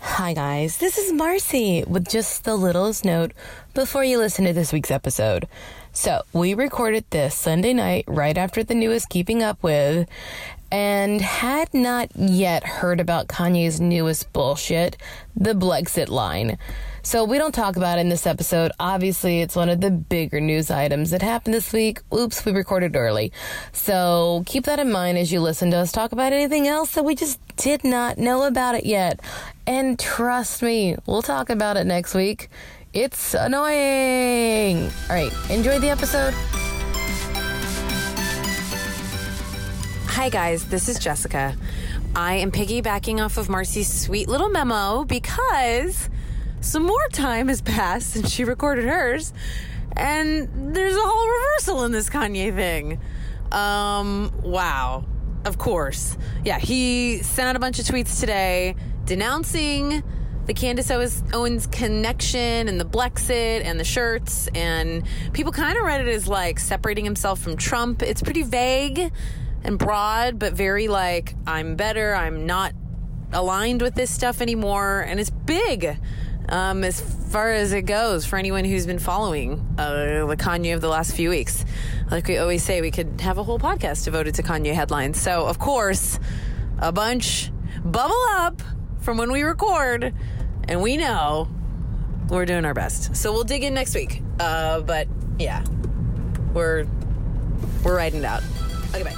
Hi, guys. This is Marcy with just the littlest note before you listen to this week's episode. So, we recorded this Sunday night right after the newest Keeping Up with, and had not yet heard about Kanye's newest bullshit, the Blexit line. So, we don't talk about it in this episode. Obviously, it's one of the bigger news items that happened this week. Oops, we recorded early. So, keep that in mind as you listen to us talk about anything else that we just did not know about it yet. And trust me, we'll talk about it next week. It's annoying. All right, enjoy the episode. Hi, guys, this is Jessica. I am piggybacking off of Marcy's sweet little memo because some more time has passed since she recorded hers, and there's a whole reversal in this Kanye thing. Um, wow. Of course. Yeah, he sent out a bunch of tweets today denouncing the Candace Owens, Owens connection and the Blexit and the shirts, and people kind of read it as like separating himself from Trump. It's pretty vague and broad, but very like, I'm better, I'm not aligned with this stuff anymore, and it's big um, as far as it goes for anyone who's been following uh, the Kanye of the last few weeks. Like we always say, we could have a whole podcast devoted to Kanye headlines. So, of course, a bunch bubble up from when we record, and we know we're doing our best. So we'll dig in next week. Uh, but yeah, we're we're riding it out. Okay, bye.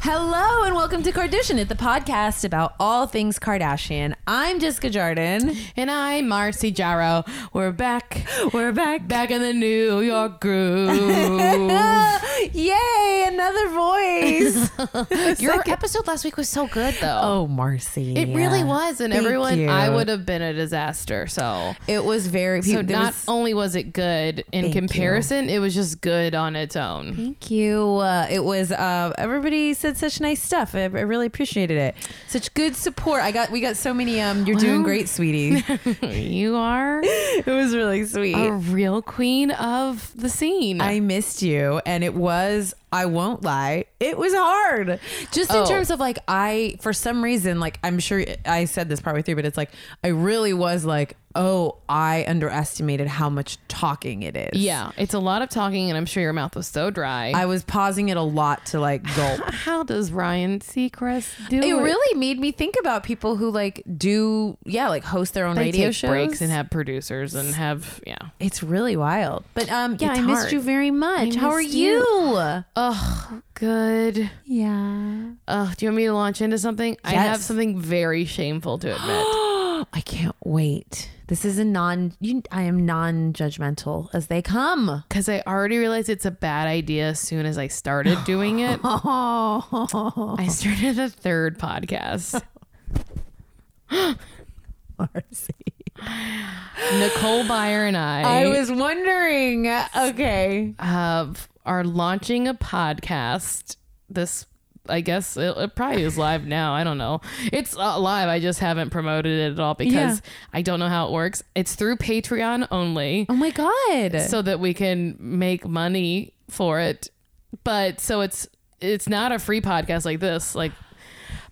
Hello and welcome to Kardashian It, the podcast about all things Kardashian. I'm Jessica Jardin. And I, Marcy Jarrow, we're back. We're back. Back in the New York groove. Yay, another voice. Your episode last week was so good, though. oh, Marcy. it really was, and Thank everyone, I you. would have been a disaster. So, It was very so there not was- only was it good in Thank you. comparison, it was just good on its own. Thank you. Uh, it was uh, everybody said such nice stuff. I, I really appreciated it. Such good support. I got we got so many um you're doing great, sweetie. you are it was really sweet. a real queen of the scene. I missed you and it was I won't lie. It was hard. Just in Oh. terms of like I for some reason like I'm sure I said this partway through but it's like I really was like, "Oh, I underestimated how much talking it is." yeah, it's a lot of talking, and I'm sure your mouth was so dry. I was pausing it a lot to like gulp. How does Ryan Seacrest do it? It really made me think about people who like do yeah, like host their own They radio take shows breaks and have producers and have yeah. It's really wild. But um yeah, It's I missed hard. you very much. I How are missed you? you. Oh, good. Yeah. Oh, do you want me to launch into something? I Yes. have something very shameful to admit. I can't wait. This is a non. You, I am non-judgmental as they come. Because I already realized it's a bad idea as soon as I started doing it. Oh, I started the third podcast. Marcy. Nicole Byer and I, I was wondering. Okay. have, are launching a podcast. This, I guess, it, it probably is live now. I don't know. It's uh, live. I just haven't promoted it at all because I don't know how it works. It's through Patreon only. Oh my god. so that we can make money for it. But so it's it's not a free podcast like this, like,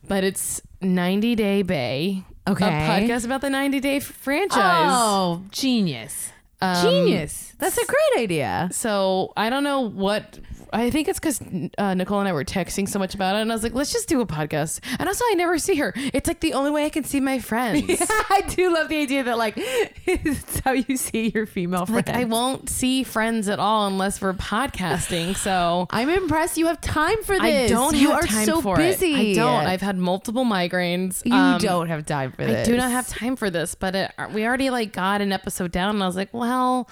but it's 90 Day Bay, Okay. a podcast about the 90 Day f- franchise. oh, genius. Um, genius. That's a great idea. So I don't know what I think it's because uh, Nicole and I were texting so much about it, and I was like, let's just do a podcast. And also, I never see her. It's like the only way I can see my friends. I do love the idea that like it's how you see your female friend. Like I won't see friends at all unless we're podcasting. So I'm impressed. You have time for I this. don't you have are time so for busy. it. I don't. I've had multiple migraines. you Um, don't have time for I this. do not have time for this. But it, uh, we already like got an episode down, and I was like, well,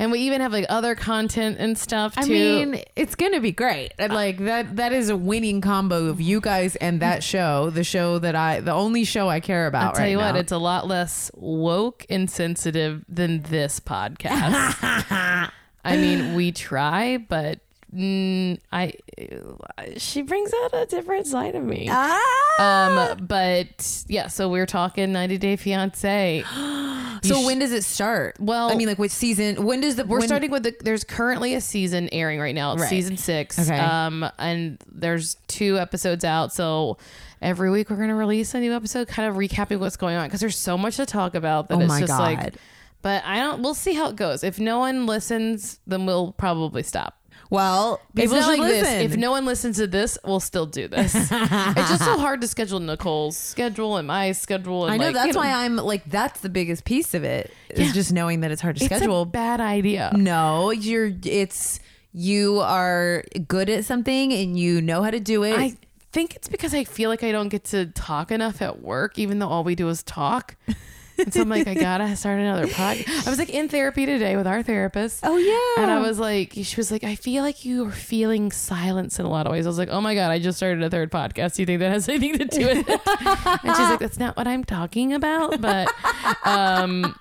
and we even have like other content and stuff too. I mean, it's gonna be great. And like that that is a winning combo of you guys and that show, the show that I the only show I care about. I'll tell right you what, now. it's a lot less woke and sensitive than this podcast. I mean, we try, but mm, I she brings out a different side of me. Ah! Um, but yeah, so we're talking 90 Day Fiance. so when does it start? Well- I mean, like which season? When does the We're when- starting with the. There's currently a season airing right now. It's Right. season six. Okay. Um, and there's two episodes out. So every week we're gonna release a new episode, kind of recapping what's going on because there's so much to talk about that Oh it's my just like. God. But I don't. We'll see how it goes. If no one listens, then we'll probably stop. Well, It's people not should like this. listen. If no one listens to this, we'll still do this. it's just so hard to schedule Nicole's schedule and my schedule. And I know like, that's you why I'm like that's the biggest piece of it is Yeah. just knowing that it's hard to it's schedule. a bad idea. no, you're it's you are good at something and you know how to do it. I think it's because I feel like I don't get to talk enough at work, even though all we do is talk. And so I'm like, I gotta start another podcast. I was like in therapy today with our therapist. Oh, yeah. And I was like, she was like, I feel like you are feeling silence in a lot of ways. I was like, oh my God, I just started a third podcast. Do you think that has anything to do with it? and she's like, that's not what I'm talking about. But um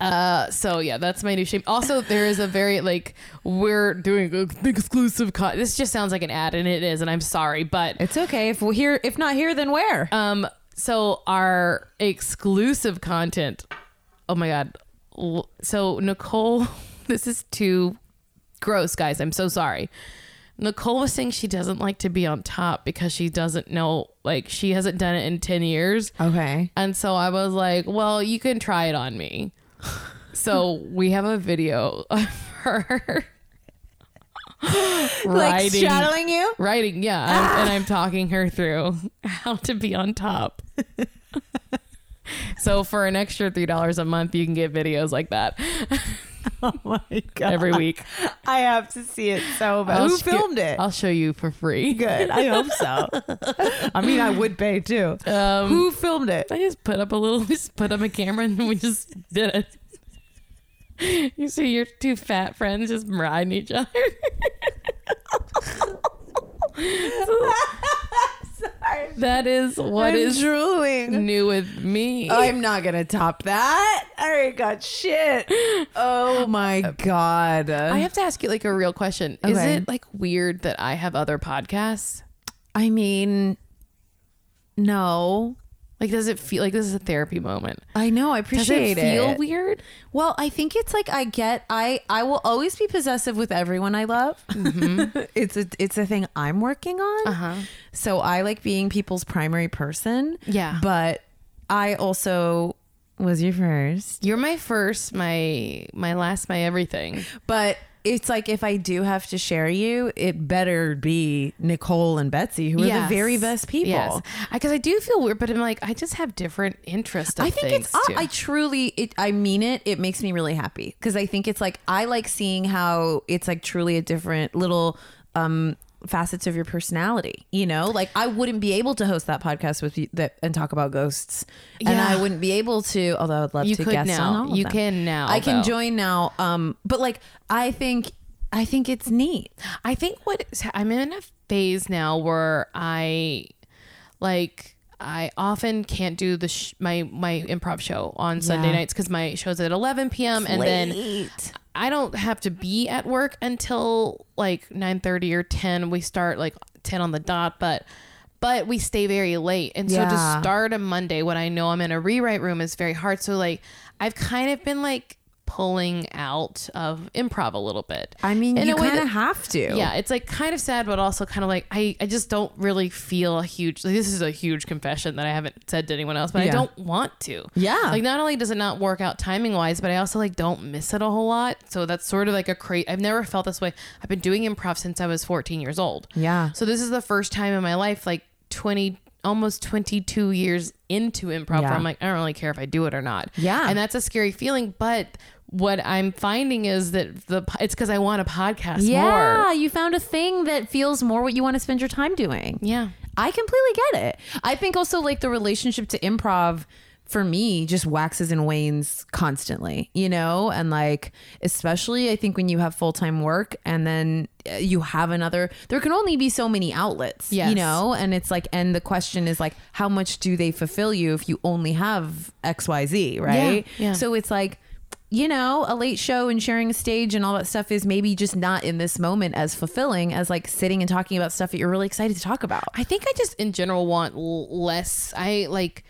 uh so yeah that's my new shame also there is a very like we're doing ex- exclusive co- this just sounds like an ad and it is and i'm sorry but it's okay if we're here. If not here, then where? um so our exclusive content oh my god L- so nicole this is too gross guys i'm so sorry nicole was saying she doesn't like to be on top because she doesn't know like she hasn't done it in 10 years okay. and so I was like, well, you can try it on me. So we have a video of her Like riding, shadowing you. riding, yeah, I'm- and I'm talking her through how to be on top. so for an extra three dollars a month, you can get videos like that Oh my god! every week. I have to see it so bad. I'll Who sh- filmed it? I'll show you for free. Good. I hope so. I mean, I would pay too. Um, Who filmed it? I just put up a little, just put up a camera and we just did it. You see your two fat friends just riding each other. Sorry. That is what I'm is drooling. new with me. I'm not gonna top that. I already got shit. Oh my god. I I, have to ask you like a real question. Is Okay. it like weird that I have other podcasts? mean, no. Like, does it feel like this is a therapy moment? I know. I Does appreciate it feel it. weird? Well, I think it's like I get. I I will always be possessive with everyone I love. it's a it's a thing I'm working on. Uh-huh. So I like being people's primary person. Yeah. But I also was your first. You're my first, my my last, my everything. But it's like if I do have to share you, it better be Nicole and Betsy, who are Yes. the very best people. Yes, because I, do feel weird, but I'm like, I just have different interests. Of I think things it's. I- too. I truly, it. I mean it. It makes me really happy because I think it's like I like seeing how it's like truly a different little um facets of your personality. You know, like I wouldn't be able to host that podcast with you that and talk about ghosts, and Yeah. I wouldn't be able to. Although I'd love You to could guest now. on all of You them. can now, I can though. join now. Um, but like I think, I think it's neat. I think what is- I'm in a phase now where I like I often can't do the sh- my my improv show on Sunday Yeah. nights because my show's at 11 p.m. and then Late. I don't have to be at work until like 9:30 or 10. We start like 10 on the dot, but but we stay very late. And so to Yeah. start a Monday when I know I'm in a rewrite room is very hard. So like I've kind of been like pulling out of improv a little bit. I mean, In you a way kind that- of have to. yeah, it's like kind of sad, but also kind of like I, I just don't really feel a huge. Like, this is a huge confession that I haven't said to anyone else, but I Yeah. don't want to. Yeah. Like not only does it not work out timing wise, but I also like don't miss it a whole lot. So that's sort of like a crate. I've never felt this way. I've been doing improv since I was 14 years old. Yeah. So this is the first time in my life, like 20, almost 22 years into improv, where Yeah. I'm like, I don't really care if I do it or not. Yeah. And that's a scary feeling, but. What I'm finding is that the it's because I want a podcast more. Yeah, you found a thing that feels more what you want to spend your time doing. Yeah. I completely get it. I think also like the relationship to improv for me just waxes and wanes constantly, you know? And like, especially I think when you have full time work and then uh, you have another, there can only be so many outlets, Yes. you know? And it's like, and the question is like, how much do they fulfill you if you only have XYZ, right? Yeah, yeah. So it's like, you know, a late show and sharing a stage and all that stuff is maybe just not in this moment as fulfilling as like sitting and talking about stuff that you're really excited to talk about. I think I just in general want l- less. I like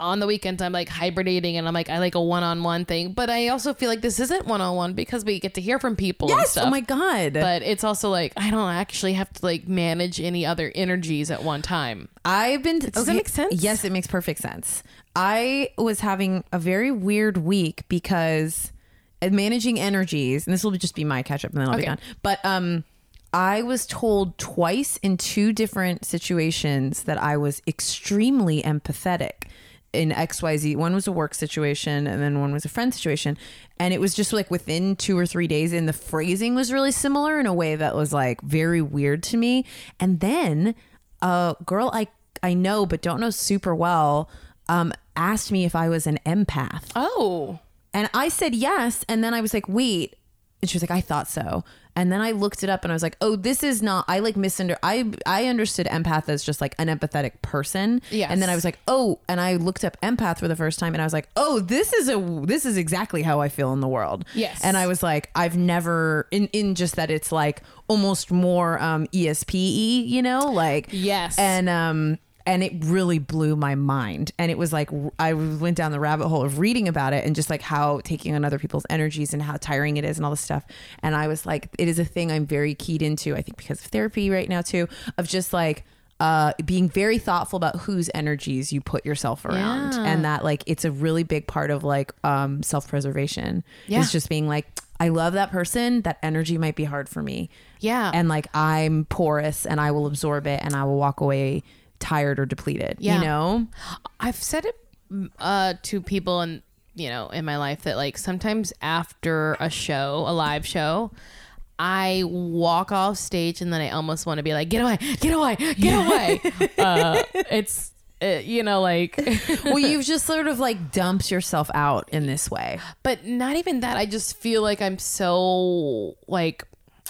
on the weekends I'm like hibernating and I'm like I like a one-on-one thing, but I also feel like this isn't one-on-one because we get to hear from people. and stuff. Oh my god. But it's also like I don't actually have to like manage any other energies at one time. I've been. Does that make sense? Yes, it makes perfect sense. I was having a very weird week because of managing energies, and this will just be my catch up, and then I'll be Okay. done. But um, I was told twice in two different situations that I was extremely empathetic in XYZ. One was a work situation and then one was a friend situation. And it was just like within two or three days, and the phrasing was really similar in a way that was like very weird to me. And then a girl I, I know but don't know super well um, asked me if I was an empath. Oh. And I said yes. And then I was like, wait. And she was like, I thought so. And then I looked it up and I was like, oh, this is not, I like misunder, I, I understood empath as just like an empathetic person. Yes. And then I was like, oh, and I looked up empath for the first time and I was like, oh, this is a, this is exactly how I feel in the world. Yes. And I was like, I've never, in, in just that it's like almost more um, ESPE, you know, like, Yes. and um and it really blew my mind and it was like i went down the rabbit hole of reading about it and just like how taking on other people's energies and how tiring it is and all this stuff and i was like it is a thing i'm very keyed into i think because of therapy right now too of just like uh, being very thoughtful about whose energies you put yourself around and that like it's a really big part of like um self-preservation Yeah. is just being like i love that person that energy might be hard for me Yeah. and like I'm porous and I will absorb it and I will walk away tired or depleted. Yeah. You know? I've said it mm, uh, to people in you know in my life that like sometimes after a show, a live show, I walk off stage and then I almost want to be like, get away, get away, get away. uh, it's uh, you know like, well, you've just sort of like dumped yourself out in this way. but not even that. I just feel like I'm so like.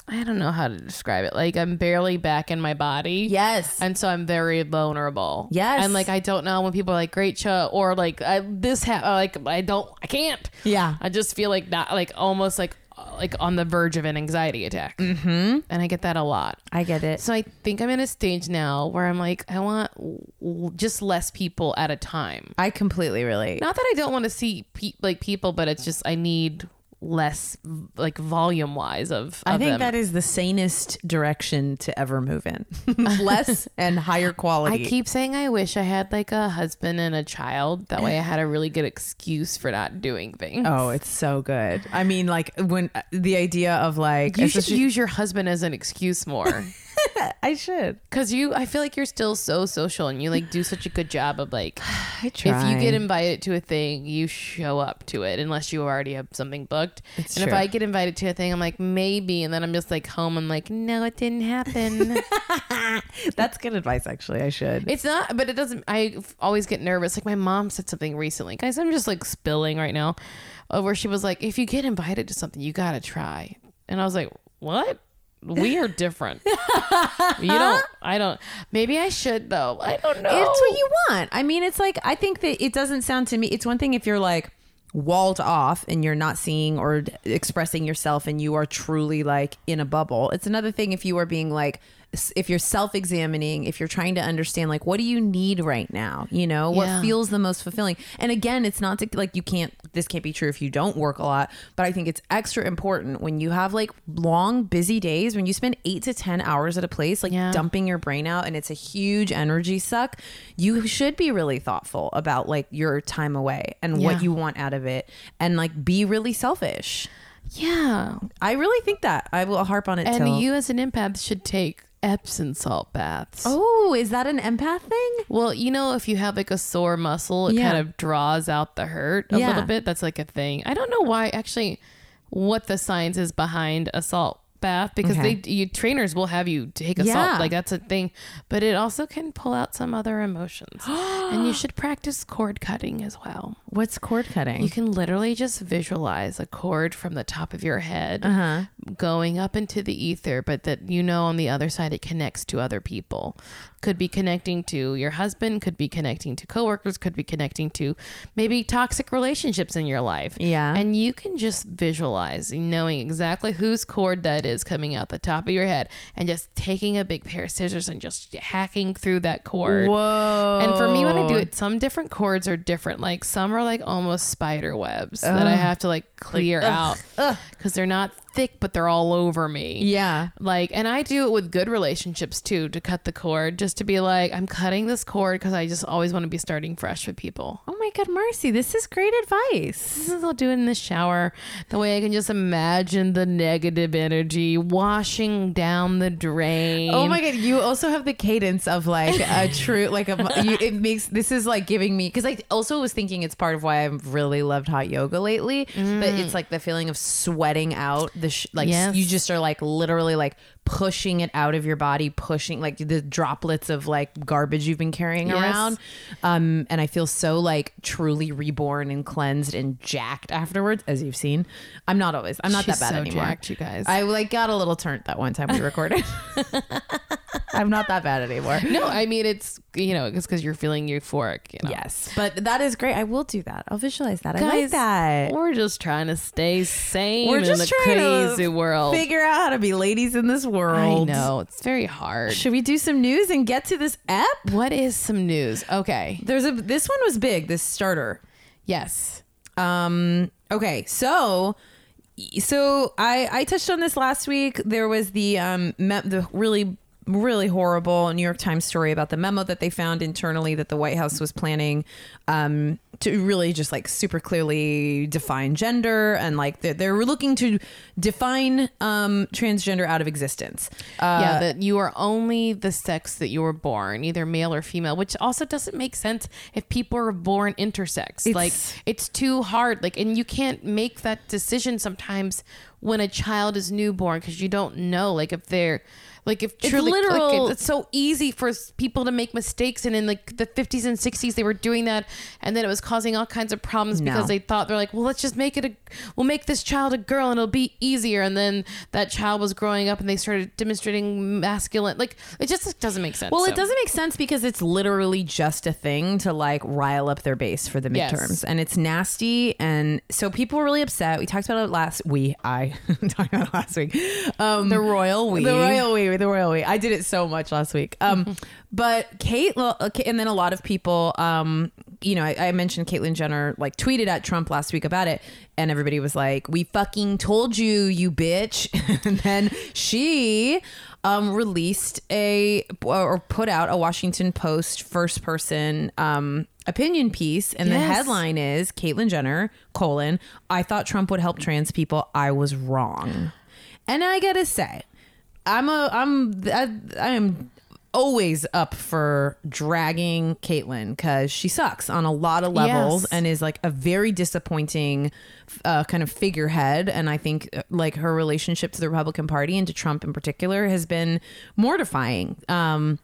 I don't know how to describe it. Like I'm barely back in my body. Yes. And so I'm very vulnerable. Yes. And like I don't know when people are like great show or like I, this ha- uh, like I don't I can't. Yeah. I just feel like not like almost like uh, like on the verge of an anxiety attack. Mm-hmm. And I get that a lot. I get it. So I think I'm in a stage now where I'm like I want l- just less people at a time. I completely relate. Not that I don't want to see pe- like people, but it's just I need less like volume wise of, I of think them. that is the sanest direction to ever move in. Less and higher I quality. keep saying I wish I had like a husband and a child. That way I had a really good excuse for not doing things. oh, it's so good. I mean, like when uh, the idea of like you should especially- use your husband as an excuse more. I should. Cause you, I feel like you're still so social and you like do such a good job of like, I if you get invited to a thing, you show up to it unless you already have something booked. It's and if true. I get invited to a thing, I'm like, maybe. And then I'm just like home. I'm like, no, it didn't happen. That's good advice actually. I should. It's not, but it doesn't. I f- always get nervous. Like my mom said something recently, guys. I'm just like spilling right now, uh, where she was like, "If you get invited to something, you gotta try." And I was like, "What? We are different. you don't. I don't. Maybe I should though. I don't know. It's what you want. I mean, it's like I think that it doesn't sound to me. It's one thing if you're like walled off and you're not seeing or d- expressing yourself and you are truly like in a bubble. It's another thing if you are being like s- if you're self-examining, if you're trying to understand like what do you need right now, you know, Yeah. what feels the most fulfilling. And again, it's not to, like you can't this can't be true if you don't work a lot, but I think it's extra important when you have like long busy days when you spend 8 to 10 hours at a place like Yeah. dump dumping your brain out and it's a huge energy suck, you should be really thoughtful about like your time away and Yeah. what you want out of it and like be really selfish. yeah. I really think that. I will harp on it And till you, as an empath, should take Epsom salt baths. Oh, is that an empath thing? Well, you know, if you have like a sore muscle, it Yeah. kind of draws out the hurt a Yeah. little bit. That's like a thing. I don't know why actually what the science is behind a salt bath because Okay. they you trainers will have you take a Yeah. salt like that's a thing but it also can pull out some other emotions and you should practice cord cutting as well What's cord you cutting? can literally just visualize a cord from the top of your head going up into the ether, but that you know on the other side it connects to other people. could be connecting to your husband, could be connecting to coworkers, could be connecting to maybe toxic relationships in your life. Yeah. And you can just visualize knowing exactly whose cord that is coming out the top of your head and just taking a big pair of scissors and just hacking through that cord. Whoa. And for me, when I do it, some different cords are different. Like some are like almost spider webs that I have to like clear out because they're not thick, but they're all over me. Yeah. Like, and I do it with good relationships too to cut the cord, just to be like, I'm cutting this cord because I just always want to be starting fresh with people. Oh my God, Marcy, this is great advice. Sometimes I'll do it in the shower. The way I can just imagine the negative energy washing down the drain. Oh my god! You also have the cadence of like a true, like a. You, it makes this is like giving me because I also was thinking it's part of why I've really loved hot yoga lately. But it's like the feeling of sweating out the sh- like Mm. Yes. you just are like literally like pushing it out of your body, pushing like the droplets of like garbage you've been carrying Yes. around. Um, and I feel so like truly reborn and cleansed and jacked afterwards, as you've seen. I'm not always. I'm not She's that bad so anymore. jacked, you guys. I like got a little turnt that one time we recorded. I'm not that bad anymore. No, I mean it's you know it's because you're feeling euphoric. You know? Yes, but that is great. I will do that. I'll visualize that. I like Guys, that. We're just trying to stay sane We're in just the trying to crazy world. Figure out how to be ladies in this I world. know it's very hard. Should we do some news and get to this app? What is some news? Okay. There's a this one was big. This starter. Yes. Um. Okay. So. So I I touched on this last week. There was the um me- the really really horrible New York Times story about the memo that they found internally that the White House was planning um to really just like super clearly define gender and like they're, they're looking to define um transgender out of existence. Uh, yeah, that you are only the sex that you were born, either male or female, which also doesn't make sense if people are born intersex. like it's too hard. Like and you can't make that decision sometimes when a child is newborn because you don't know. Like if they're like if truly like, literal- it's, it's so easy for s- people to make mistakes and in like the 50s and 60s they were doing that and then it was causing all kinds of problems because they thought they're like well let's just make it a we'll make this child a girl and it'll be easier and then that child was growing up and they started demonstrating masculine like it just doesn't make sense Well, So- it doesn't make sense because it's literally just a thing to like rile up their base for the Yes. midterms, and it's nasty. And so people were really upset. We talked about it last. We I talked about it last week. Um, the royal we, the royal we, the royal we. I did it so much last week. Um, but Kate, well, okay, and then a lot of people. Um, you know, I, I mentioned Caitlyn Jenner like tweeted at Trump last week about it, and everybody was like, "We fucking told you, you bitch." and then she um, released a or put out a Washington Post first person um, opinion piece, and the Yes. headline is Caitlyn Jenner: colon I thought Trump would help trans people. I was wrong, and I gotta say, I'm a I'm I, I am always up for dragging Caitlyn because she sucks on a lot of levels Yes. and and is like a very disappointing uh, kind of figurehead. And I think uh, like her relationship to the Republican Party and to Trump in particular has been mortifying um,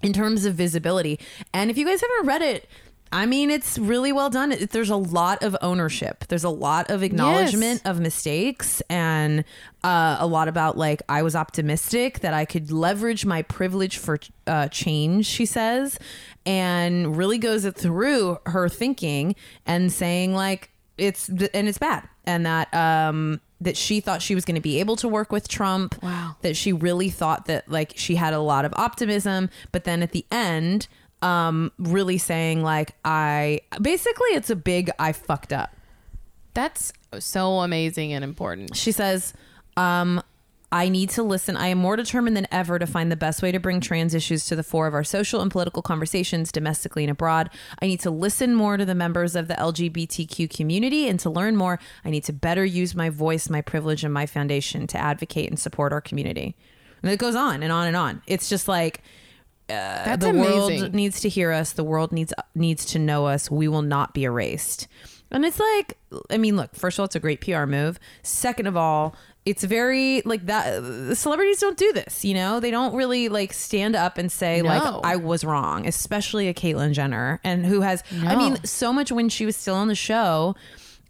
in terms of visibility. And if you guys haven't read it, I mean, it's really well done. It, there's a lot of ownership. There's a lot of acknowledgement of mistakes and uh, a lot about like I was optimistic that I could leverage my privilege for uh, change. She says, and really goes it through her thinking and saying like it's and it's bad and that um that she thought she was going to be able to work with Trump. Wow. That she really thought that like she had a lot of optimism, but then at the end, um, really saying like I basically it's a big I fucked up. that's so amazing and important She says, um, I need to listen. I am more determined than ever to find the best way to bring trans issues to the fore of our social and political conversations domestically and abroad. I need to listen more to the members of the LGBTQ community and to learn more. I need to better use my voice, my privilege, and my foundation to advocate and support our community. And it goes on and on and on. It's just like uh, that's the amazing world needs to hear us. The world needs needs to know us. We will not be erased. And it's like, I mean, look. First of all, it's a great PR move. Second of all, it's very like that. Celebrities don't do this, you know. They don't really like stand up and say No. like I was wrong, especially a Caitlyn Jenner, and who has. I mean, so much when she was still on the show.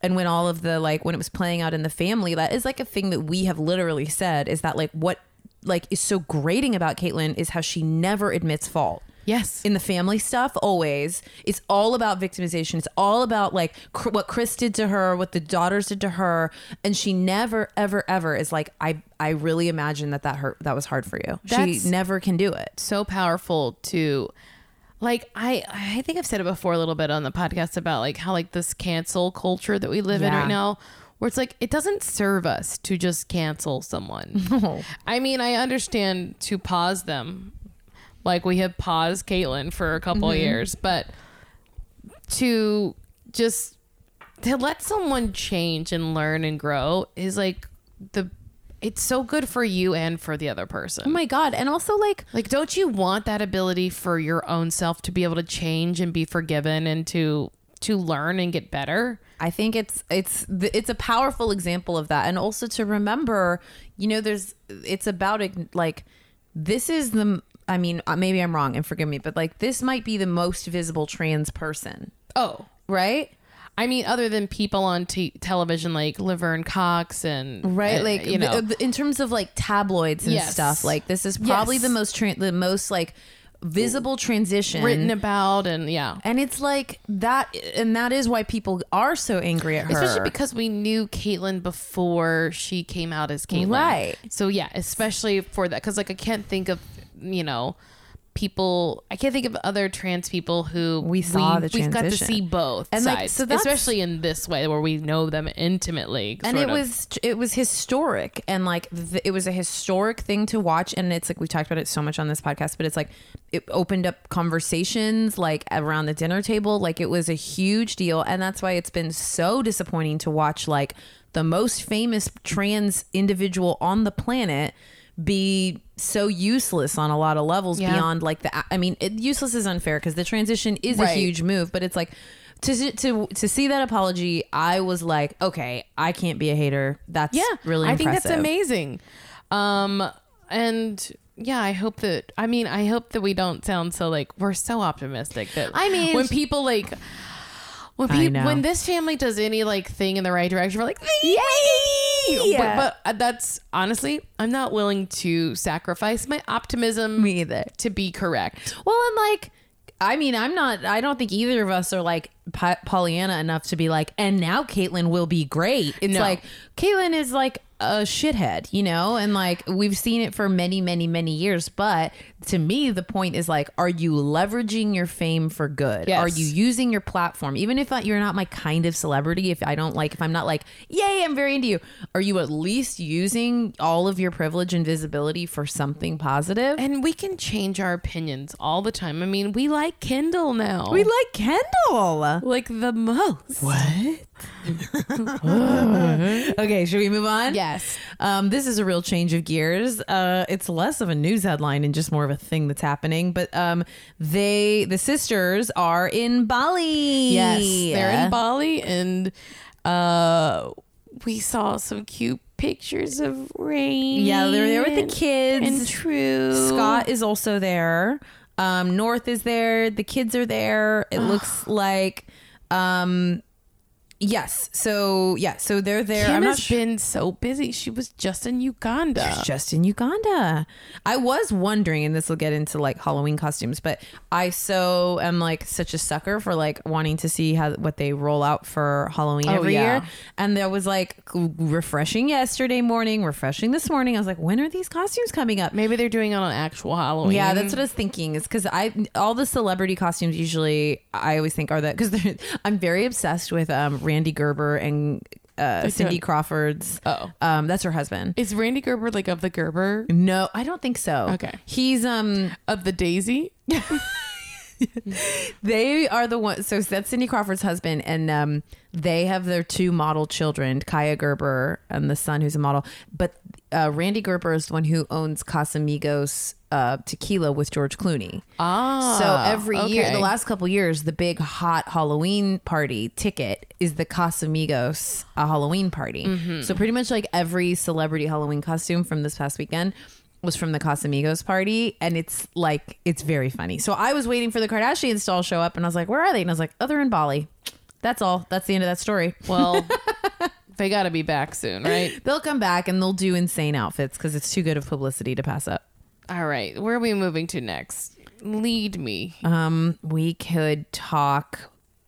And when all of the like when it was playing out in the family, that is like a thing that we have literally said is that like what like is so grating about Caitlyn is how she never admits fault. Yes. in the family stuff always it's all about victimization it's all about like cr- what chris did to her what the daughters did to her and she never ever ever is like i i really imagine that that hurt that was hard for you That's- she never can do it so powerful to like I I think I've said it before a little bit on the podcast about like how like this cancel culture that we live in Yeah. right now where it's like it doesn't serve us to just cancel someone. I mean, I understand to pause them. Like we have paused Caitlyn for a couple years, but to just to let someone change and learn and grow is like the it's so good for you and for the other person. oh my god and also like Like, don't you want that ability for your own self to be able to change and be forgiven and to to learn and get better? I think it's it's th- it's a powerful example of that, and also to remember, you know, there's it's about ig- like this is the m- I mean uh, maybe I'm wrong and forgive me, but like this might be the most visible trans person, Oh, right? I mean, other than people on t- television like Laverne Cox and Right, and, like Eh, you know, th- th- in terms of like tabloids and Yes. stuff, like this is probably Yes. the most tran the most like visible transition written about and yeah, and it's like that, and that is why people are so angry at her. especially because we knew Caitlyn before she came out as Caitlyn, Right. So yeah, especially for that, because like I can't think of you know people. I can't think of other trans people who We saw the We've got to transition. see both And, like, sides, so that's- especially in this way where we know them intimately. and sort it of. was it was historic and like th- it was a historic thing to watch and it's like we talked about it so much on this podcast but it's like it opened up conversations like around the dinner table like it was a huge deal and that's why it's been so disappointing to watch like the most famous trans individual on the planet be so useless on a lot of levels Yeah. beyond like the i mean it, useless is unfair because the transition is a Right. huge move but it's like to, to to see that apology i was like okay i can't be a hater that's yeah, really I think impressive. that's amazing. Um, and yeah, I hope that. I mean, I hope that we don't sound so like we're so optimistic that. I mean- when people like. When, I peop know. when this family does any like thing in the right direction, we're like, yay But- But, uh, that's honestly, I'm not willing to sacrifice my optimism me either to be correct. well and like i mean i'm not i don't think either of us are like po- pollyanna enough to be like and now caitlyn will be great it's No. like caitlyn is like a shithead you know and like we've seen it for many many many years but to me the point is like are you leveraging your fame for good Yes. are you using your platform even if that- you're not my kind of celebrity if i don't like if i'm not like yay i'm very into you are you at least using all of your privilege and visibility for something positive And we can change our opinions all the time. I mean, we like Kindle now. we like kendall like the most. Okay, should we move on? Yes. Um, this is a real change of gears. Uh, it's less of a news headline and just more of a thing that's happening. But um, they, the sisters, are in Bali. Yes, they're in Bali, and uh, we saw some cute pictures of rain. Yeah, they're there with the And kids. true Scott is also there. Um, North is there. The kids are there. It looks like, um, yes. So yeah, so they're there. Kim I'm not has been so busy. She was just in Uganda. It's just in Uganda. I was wondering, and this will get into like Halloween costumes, but I so am like such a sucker for like wanting to see how what they roll out for Halloween Oh, every yeah. year. And there was like refreshing yesterday morning, refreshing this morning. I was like, when are these costumes coming up? Maybe they're doing it on actual Halloween. Yeah, that's what I was thinking. Is because I all the celebrity costumes usually I always think are that because I'm very obsessed with um, Randy Gerber and uh, Cindy doing- Crawford's. Oh. um, that's her husband. Is Randy Gerber like of the Gerber No, I don't think so. Okay. He's um of the Daisy? they are the one so that's Cindy Crawford's husband and um they have their two model children, Kaya Gerber and the son who's a model. But uh, Randy Gerber is the one who owns Casamigos uh, tequila with George Clooney. Ah, so every year, okay. the last couple years, the big hot Halloween party ticket is the Casamigos uh, Halloween party. So pretty much like every celebrity Halloween costume from this past weekend was from the Casamigos party, and it's like it's very funny. So I was waiting for the Kardashians to all show up, and I was like, "Where are they?" And I was like, "Oh, they're in Bali." That's all. That's the end of that story. Well, they got to be back soon, right? They'll come back and they'll do insane outfits because it's too good of publicity to pass up. All right. Where are we moving to next? Lead me. Um, we could talk.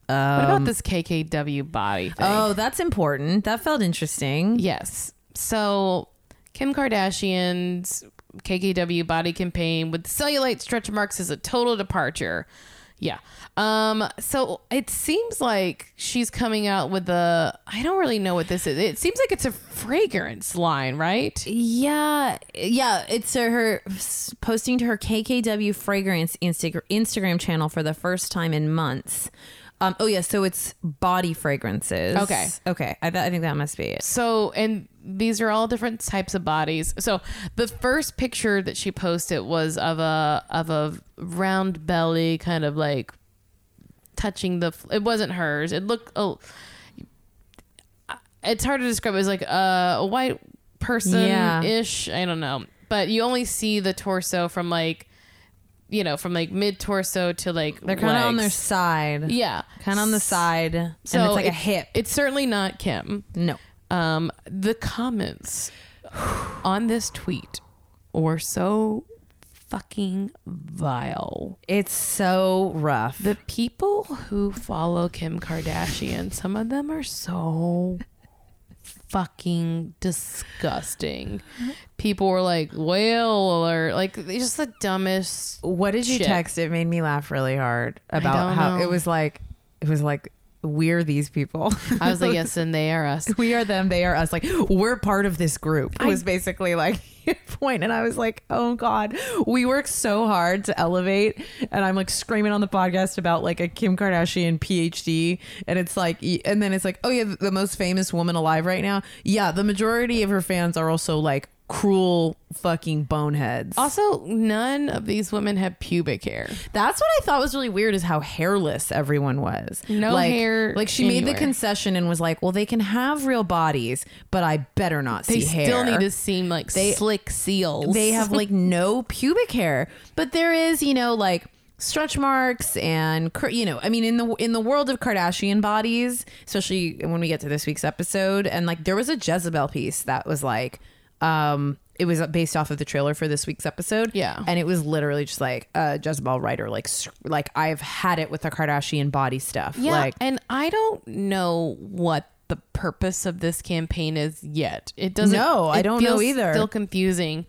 what about this KKW body thing? Oh, that's important. That felt interesting. Yes. So Kim Kardashian's KKW body campaign with cellulite stretch marks is a total departure. Yeah. Um so it seems like she's coming out with a I don't really know what this is. It seems like it's a fragrance line, right? Yeah, yeah. It's uh, her s- posting to her KKW fragrance Insta- Instagram channel for the first time in months. Um, oh yeah, so it's body fragrances. Okay. okay. I, th- I think that must be it. So, and these are all different types of bodies. So, the first picture that she posted was of a of a round belly, kind of like touching the. f- It wasn't hers. It looked. Oh, it's hard to describe. It was like a, a white person ish. I don't know, but you only see the torso from like, you know, from like mid torso to like They're kind of on their legs. side. yeah, Kind of on the side, and it's like a it- hip. It's certainly not Kim no. um, the comments on this tweet were so fucking vile. It's so rough. The people who follow Kim Kardashian, some of them are so fucking disgusting. People were like, whale or like they just the dumbest what did you shit. text? It made me laugh really hard about don't how know. it was like it was like we're these people. I was like, yes, and they are us. we are them, they are us. Like we're part of this group. It was basically like your point, and I was like, oh god, we work so hard to elevate, and I'm like screaming on the podcast about like a Kim Kardashian PhD, and it's like, y- and then it's like, oh yeah, the- the most famous woman alive right now. Yeah, the majority of her fans are also like cruel fucking boneheads. Also, none of these women have pubic hair. That's what I thought was really weird is how hairless everyone was. No like, hair Like she made the anywhere. concession and was like, "Well, they can have real bodies, but I better not They see hair." still need to seem like They- slick seals. They have like no pubic hair, but there is, you know, like stretch marks and cur- you know, I mean, in the in the world of Kardashian bodies, especially when we get to this week's episode, and like there was a Jezebel piece that was like, um, it was based off of the trailer for this week's episode, Yeah. and it was literally just like a Jezebel writer, like s- like I've had it with the Kardashian body stuff, Yeah, like and I don't know what the purpose of this campaign is yet. It doesn't. No, I it don't know feels either. Still confusing.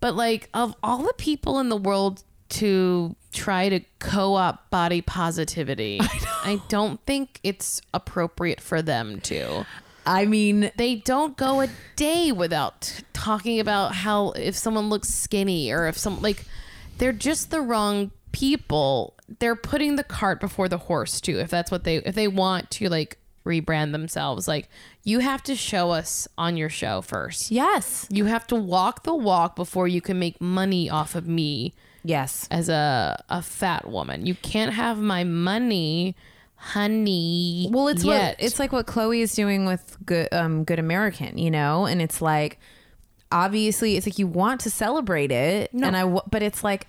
But like, of all the people in the world to try to co-op body positivity, I, don't think it's appropriate for them to. I mean, They don't go a day without t- talking about how if someone looks skinny or if some like they're just the wrong people. They're putting the cart before the horse too. If that's what they if they want to like rebrand themselves, like you have to show us on your show first. yes, You have to walk the walk before you can make money off of me yes, as a a fat woman. You can't have my money, honey. Well, it's yet. what it's like what Chloe is doing with good um good American, you know, and it's like obviously it's like you want to celebrate it, and I w- but it's like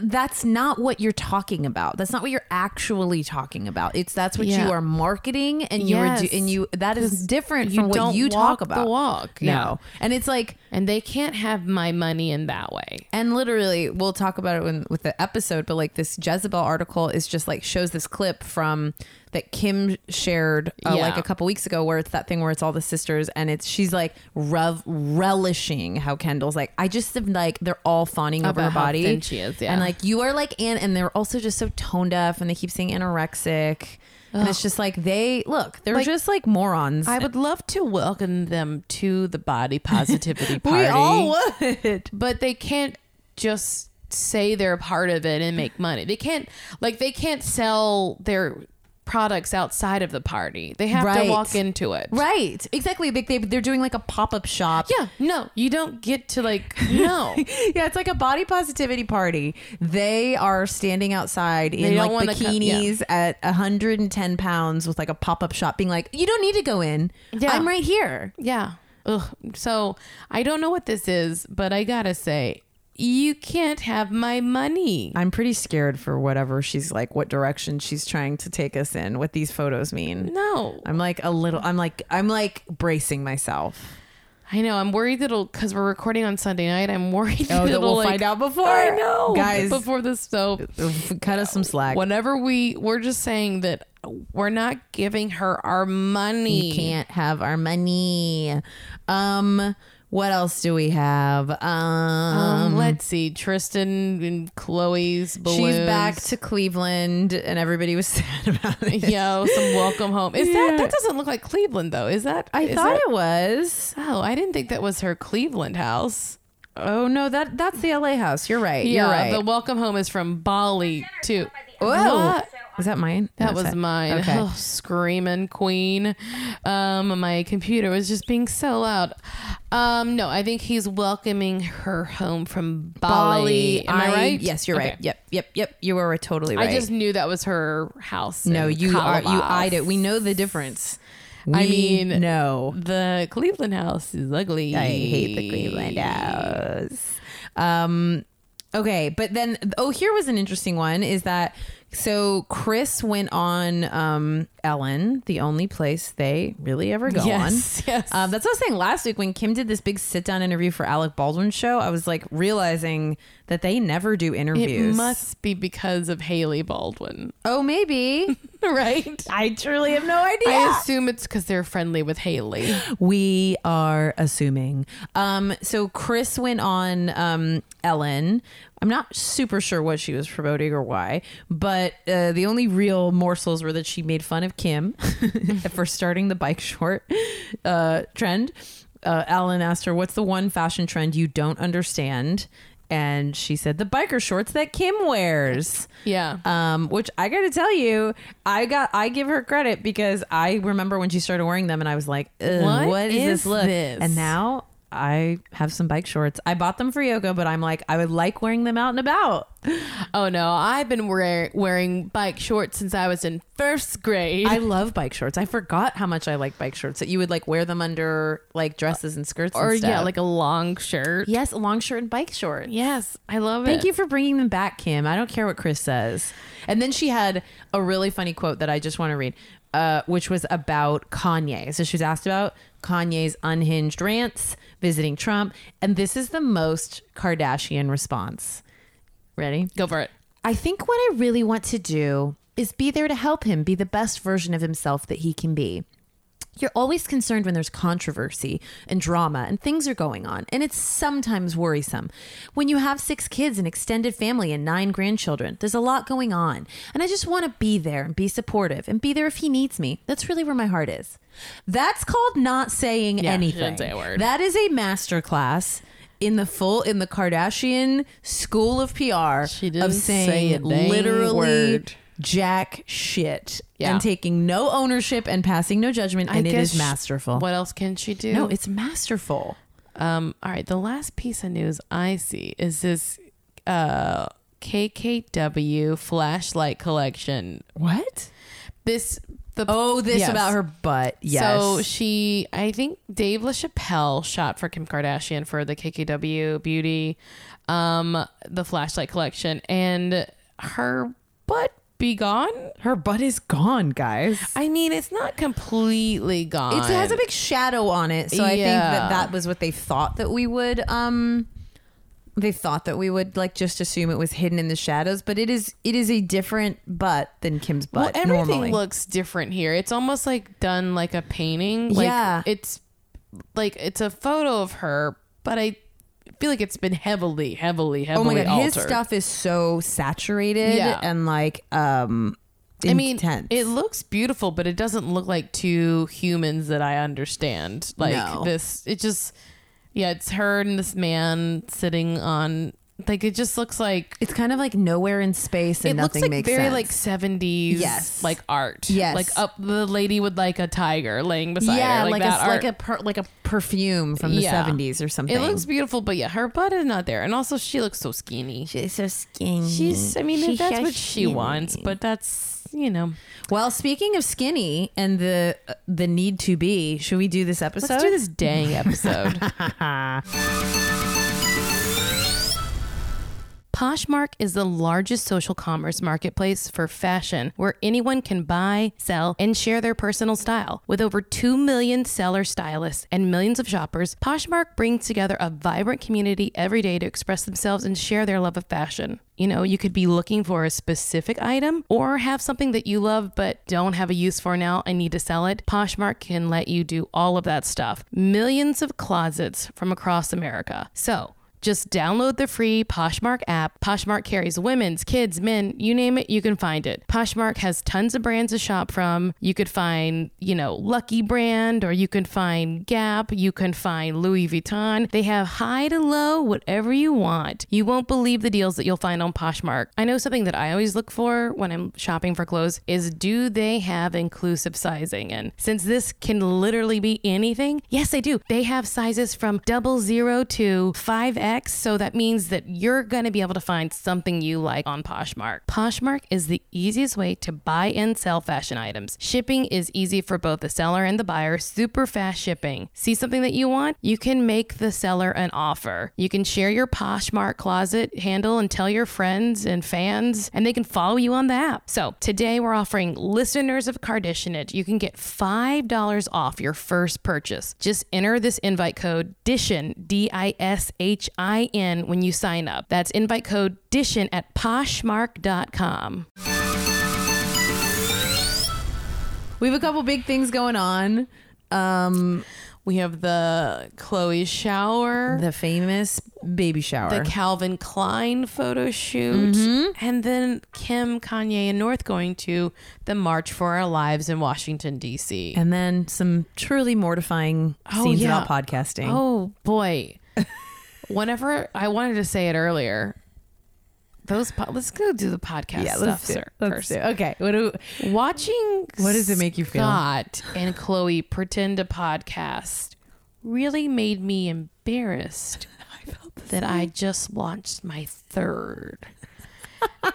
that's not what you're talking about. That's not what you're actually talking about. It's that's what Yeah. you are marketing, and you are Yes. do- and you that is different you from what don't you walk talk the about. walk. no, Yeah. and it's like and they can't have my money in that way. and literally we'll talk about it when, with the episode but like this jezebel article is just like shows this clip from that kim shared uh, Yeah. like a couple weeks ago where it's that thing where it's all the sisters and it's she's like rev- relishing how kendall's like i just am like they're all fawning over About her how body thin she is, yeah. and like you are like an and they're also just so tone deaf and they keep saying anorexic and it's just like they look they're just like morons I would love to welcome them to the body positivity party. we all would but they can't just say they're a part of it and make money. They can't like they can't sell their products outside of the party. They have Right. to walk into it. right exactly they, they, they're doing like a pop-up shop Yeah. No, you don't get to like no. yeah, it's like a body positivity party. They are standing outside in don't like wanna come- bikinis at 110 pounds with like a pop up shop, being like, "You don't need to go in. Yeah. I'm right here." yeah. Ugh. So I don't know what this is, but I gotta say, you can't have my money. I'm pretty scared for whatever she's like, what direction she's trying to take us in. What these photos mean. No. I'm like a little. I'm like I'm like bracing myself. I know. I'm worried that it'll because we're recording on Sunday night. I'm worried that Oh, that it'll we'll like, find out before. I know, Guys. Before this, so Cut us some slack. whenever we we're just saying that we're not giving her our money. You can't have our money. Um, what else do we have? Um, Um, let's see, Tristan and Chloe's balloons. she's back to Cleveland, and everybody was sad about it. Yo, some welcome home. Is that that doesn't look like Cleveland though? Is that I is thought that- it was. oh, I didn't think that was her Cleveland house. Oh no, that that's the LA house. You're right. yeah, You're the right. welcome home is from Bali too. Whoa, was that mine? That No, was it's not. mine. Okay. Oh, screaming queen. Um, my computer was just being so loud. Um, no, I think he's welcoming her home from Bali. Am I, right? Yes, you're Okay. right. Yep, yep, yep. You were totally right. I just knew that was her house. no, in you are you Calabas. eyed it. We know the difference. I We mean, no. The Cleveland house is ugly. I hate the Cleveland house. Um, okay, but then oh, here was an interesting one. Is that so? Chris went on um, Ellen, the only place they really ever go Yes, on. yes. Um, that's what I was saying last week when Kim did this big sit-down interview for Alec Baldwin's show. I was like realizing that they never do It interviews. must be because of Haley Baldwin, oh, maybe. right? I truly have no idea. I assume it's because they're friendly with Haley. We are assuming. Um, so Chris went on um, Ellen. I'm not super sure what she was promoting or why, but uh, the only real morsels were that she made fun of Kim for starting the bike short uh, trend. Uh, Ellen asked her, "What's the one fashion trend you don't understand?" And she said, "The biker shorts that Kim wears." Yeah. um, which I got to tell you, I got I give her credit because I remember when she started wearing them, and I was like, "Ugh, What what is, is this look?" this? And now I have some bike shorts. I bought them for yoga, but I'm like, I would like wearing them out and about. Oh no, I've been wear- wearing bike shorts since I was in first grade. I love bike shorts. I forgot how much I like bike shorts. That you would like wear them under like dresses and skirts, and or yeah, stuff. like a long shirt. yes, a long shirt and bike shorts. Yes, I love it. Thank you for bringing them back, Kim. I don't care what Chris says. And then she had a really funny quote that I just want to read, uh, which was about Kanye. So she was asked about Kanye's unhinged rants, visiting Trump. And this is the most Kardashian response. Ready? Go for it. I think what I really want to do is be there to help him be the best version of himself that he can be. You're always concerned when there's controversy and drama and things are going on, and it's sometimes worrisome. When you have six kids, an extended family, and nine grandchildren, there's a lot going on. And I just want to be there and be supportive and be there if he needs me. That's really where my heart is. That's called not saying Yeah, she didn't anything. say a word. That is a masterclass in the full in the Kardashian school of PR She didn't of say a saying dang literally word. jack shit Yeah. and taking no ownership and passing no judgment, and it is sh- masterful. What else can she do? no, it's masterful. um. All right. The last piece of news I see is this uh, KKW flashlight collection. What? This the Oh, this Yes. about her butt. Yes. So she, I think Dave LaChapelle shot for Kim Kardashian for the KKW Beauty, um, the flashlight collection, and her butt be gone. her butt is gone, guys. I mean, it's not completely gone. It has a big shadow on it, so I think Yeah. that that was what they thought that we would. Um, they thought that we would like just assume it was hidden in the shadows, but it is it is a different butt than Kim's well, butt. everything normally. looks different here. It's almost like done like a painting. Like, Yeah. it's like it's a photo of her, but I feel like it's been heavily, heavily, Oh heavily my god, altered. his stuff is so saturated Yeah. and like um I mean, intense. it looks beautiful, but it doesn't look like two humans that I understand. Like No. this, it just, yeah, it's her and this man sitting on, like, it just looks like, it's kind of like nowhere in space and it looks nothing like makes very sense. like 70s, Yes. like art. Yes. Like up the lady with like a tiger laying beside yeah, her. Like, like, that a, art. like a per, like a perfume from the Yeah. seventies or something. it looks beautiful, but yeah, her butt is not there. And also, she looks so skinny. she's so skinny. She's, I mean, She's that's so what she skinny. wants, but that's, you know. Well, speaking of skinny and the uh, the need to be, should we do this episode? Let's do this dang episode. Poshmark is the largest social commerce marketplace for fashion where anyone can buy, sell, and share their personal style. With over 2 million seller stylists and millions of shoppers, Poshmark brings together a vibrant community every day to express themselves and share their love of fashion. You know, you could be looking for a specific item or have something that you love but don't have a use for now and need to sell it. Poshmark can let you do all of that stuff. Millions of closets from across America. So, just download the free Poshmark app. Poshmark carries women's, kids, men, you name it, you can find it. Poshmark has tons of brands to shop from. You could find, you know, Lucky Brand, or you can find Gap, you can find Louis Vuitton. They have high to low, whatever you want. You won't believe the deals that you'll find on Poshmark. I know something that I always look for when I'm shopping for clothes is do they have inclusive sizing? And since this can literally be anything, yes, they do. They have sizes from double zero to 5X. So that means that you're going to be able to find something you like on Poshmark. Poshmark is the easiest way to buy and sell fashion items. Shipping is easy for both the seller and the buyer, super fast shipping. See something that you want? You can make the seller an offer. You can share your Poshmark closet handle and tell your friends and fans, and they can follow you on the app. So today we're offering listeners of Kardashian You can get $5 off your first purchase. Just enter this invite code DISHIN, D I S H I N, when you sign up. That's invite code DISHIN at Poshmark.com. We have a couple big things going on. Um, We have the Chloe shower. the famous baby shower. the Calvin Klein photo shoot, Mm-hmm. and then Kim, Kanye, and North going to the March for Our Lives in Washington, D.C. and then some truly mortifying Oh, scenes yeah. about podcasting. Oh boy! Whenever I wanted to say it earlier, those po- let's go do the podcast yeah, stuff let's do. sir- it. Let's first. do. it. Okay, what do? Watching What does it make you feel? Scott and Chloe pretend to podcast really made me embarrassed that I just launched my third.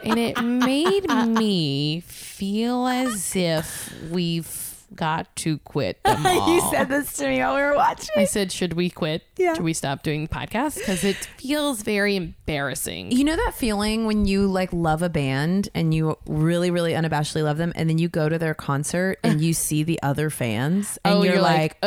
and it made me feel as if we've got to quit them all. this to me while we were watching. I said, should we quit? Yeah. Should we stop doing podcasts? Because it feels very embarrassing. You know that feeling when you like love a band and you really, really unabashedly love them, and then you go to their concert and you see the other fans, and Oh, you're, like,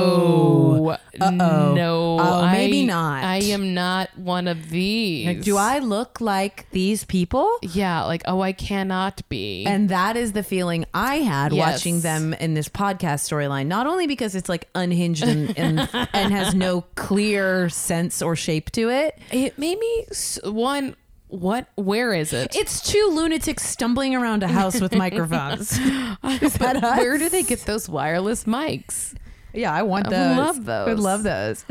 oh, oh, no, Oh, maybe I- not." I am not one of these. like, do I look like these people? Yeah, like oh, I cannot be. And that is the feeling I had Yes. watching them in this podcast storyline. Not only because it's like unhinged and, and, and has no clear sense or shape to it, it made me s- one. What? Where is it? it's two lunatics stumbling around a house with microphones. is that us? Where do they get those wireless mics? Yeah, I want I those. would love those. Would love those.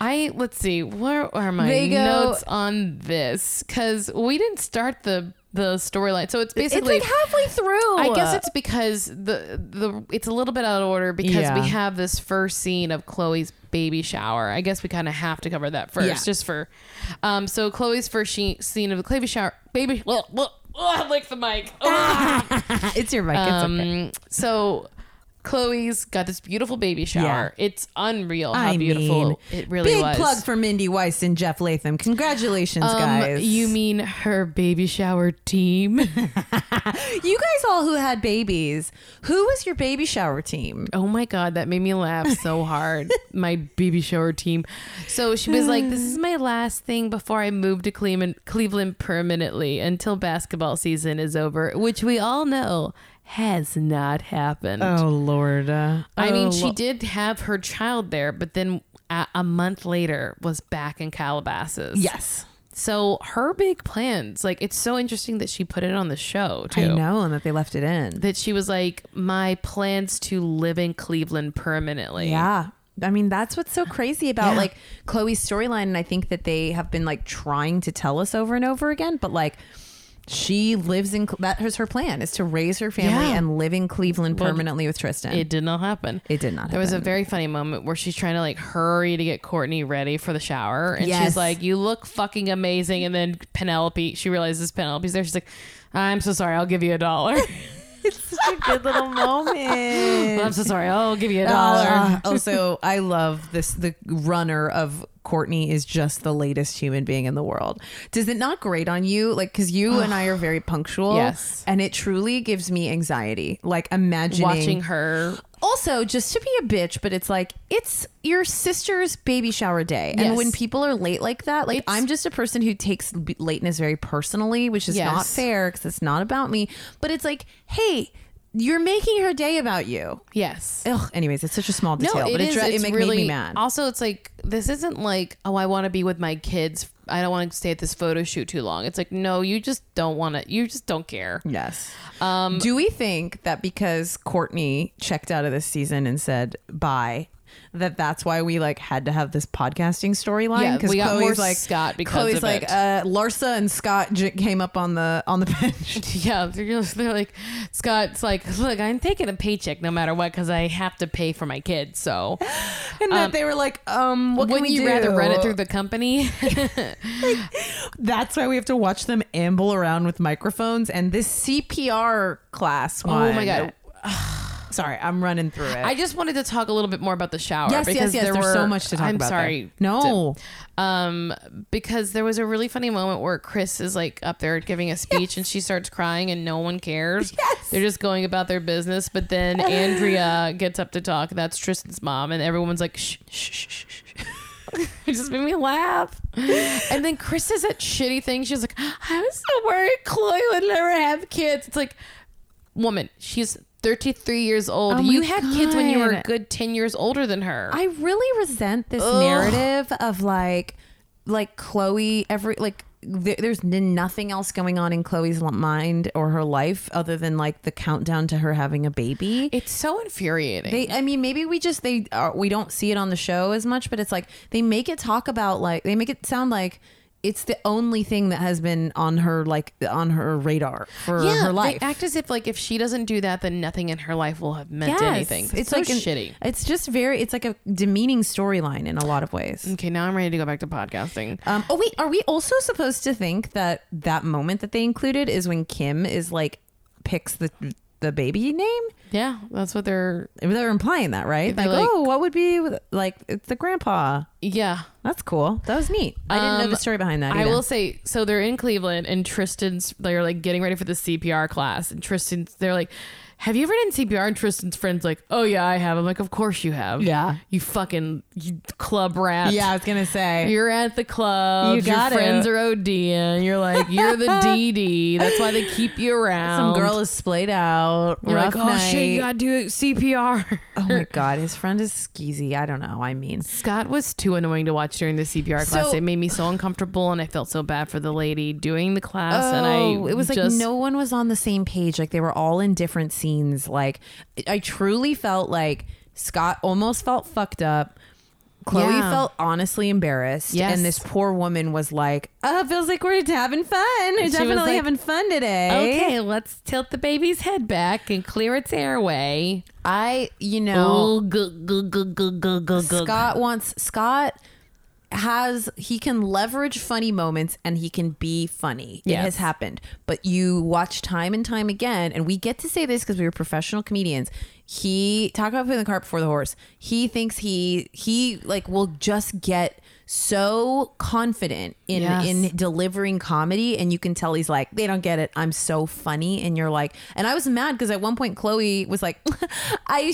I let's see. Where are my They go- notes on this? Because we didn't start the the storyline, so it's basically it's like halfway through. I guess it's because the the it's a little bit out of order because Yeah. we have this first scene of Chloe's baby shower. I guess we kind of have to cover that first, Yeah. just for. Um, so Chloe's first she- scene of the baby shower, baby. Look, look, oh, I licked the mic. Ah! it's your mic. it's okay. Um, so Chloe's got this beautiful baby shower. It's unreal how I beautiful mean, it really big was. plug for Mindy Weiss and Jeff Latham. Congratulations, Um, guys. you mean her baby shower team? you guys all who had babies, who was your baby shower team? Oh my god, that made me laugh so hard. my baby shower team. So she was like, "This is my last thing before I move to Cleveland, Cleveland permanently until basketball season is over," which we all know has not happened. Oh, Lord. I mean, Oh, she did have her child there, but then a, a month later was back in Calabasas. Yes. So her big plans, like it's so interesting that she put it on the show too I know, and that they left it in. that she was like, my plans to live in Cleveland permanently. Yeah. I mean, that's what's so crazy about Yeah. like Chloe's storyline. And I think that they have been like trying to tell us over and over again, but like she lives in that is her plan is to raise her family Yeah. and live in Cleveland Well, permanently with Tristan. It did not happen. It did not There was a happen. very funny moment where she's trying to like hurry to get Courtney ready for the shower. And Yes. she's like, You look fucking amazing. And then Penelope, she realizes Penelope's there. She's like, I'm so sorry. I'll give you a dollar. it's a good little moment. I'm so sorry. I'll give you a dollar. Uh, also, I love this. The runner of Courtney is just the latest human being in the world. Does it not grate on you? Like, because you and I are very punctual. Yes. And it truly gives me anxiety. Like, imagining Watching her. Also, just to be a bitch, but it's like it's your sister's baby shower day, and Yes. when people are late like that, like I'm just a person who takes b- lateness very personally, which is not Yes. fair because it's not about me. But it's like, hey, you're making her day about you. Yes. Ugh. Anyways, it's such a small detail, but it, is. dra- it It's make, made me mad. Also, it's like this isn't like oh, I want to be with my kids. I don't want to stay at this photo shoot too long. It's like no, you just don't want to. You just don't care. yes. Um, Do we think that because Courtney checked out of this season and said bye, that that's why we like had to have this podcasting storyline? Yeah, we got Chloe's more Scott because Chloe's of like it. Uh, Larsa and Scott j- came up on the on the bench. Yeah, they're, just- they're like Scott's like, look, I'm taking a paycheck no matter what because I have to pay for my kids. So And that they were like, um, what can wouldn't we you do? rather run it through the company? That's why we have to watch them amble around with microphones and this CPR class. One. oh my god. Sorry, I'm running through it. I just wanted to talk a little bit more about the shower. Yes, yes, because yes. There There's were, so much to talk I'm about there. sorry. No. to- um, because there was a really funny moment where Chris is like up there giving a speech and she starts crying and no one cares. Yes. They're just going about their business. But then Andrea gets up to talk. That's Tristan's mom. And everyone's like, shh, shh, shh, shh, shh. It just made me laugh. And then Chris says that shitty thing. She's like, I was so worried Chloe would never have kids. It's like, woman, she's 33 years old. Oh my you had kids when you were a God. good 10 years older than her. I really resent this narrative of like, like Chloe. Every like, there, there's n- nothing else going on in Chloe's l- mind or her life other than like the countdown to her having a baby. it's so infuriating. they, I mean, maybe we just they are, we don't see it on the show as much, but it's like they make it talk about like they make it sound like it's the only thing that has been on her like on her radar for her life. They act as if like if she doesn't do that, then nothing in her life will have meant Yes. anything. It's, so like an- shitty. It's just very. It's like a demeaning storyline in a lot of ways. Okay, now I'm ready to go back to podcasting. Um, oh wait, are we also supposed to think that that moment that they included is when Kim is like picks the the baby name? Yeah, that's what they're. They're implying that, right? They're Like, like- oh, what would be with- like it's the grandpa? Yeah, That's cool. That was neat. I didn't know Um, the story behind that. I either. will say so. They're in Cleveland, and Tristan's. They're like getting ready for the CPR class, and Tristan's. They're like, "Have you ever done CPR?" And Tristan's friends like, "Oh yeah, I have." I'm like, "Of course you have. Yeah. you fucking you club rat. Yeah, I was gonna say. You're at the club. You got your friends it. are ODing. You're like, you're the DD. That's why they keep you around. some girl is splayed out. You're rough like, oh shit, you night." gotta do CPR. Oh my god, his friend is skeezy. I don't know. I mean, Scott was too annoying to watch during the CPR class. So- it made me so uncomfortable, and I felt so bad for the lady doing the class. and Oh, I, it was like just- no one was on the same page. Like they were all in different scenes. Like I truly felt like Scott almost felt fucked up. Chloe Yeah. felt honestly embarrassed, Yes. and this poor woman was like, "Oh, it feels like we're having fun. We're was definitely like, having fun today." Okay, let's tilt the baby's head back and clear its airway. I, you know, Oh, good, good, good, good, good, good, good. Scott wants Scott has he can leverage funny moments and he can be funny. It Yes. has happened. But you watch time and time again, and we get to say this because we were professional comedians. He talk about putting the cart before the horse. He thinks he he like will just get so confident in Yes. in delivering comedy and you can tell he's like they don't get it i'm so funny and you're like and i was mad because at one point chloe was like i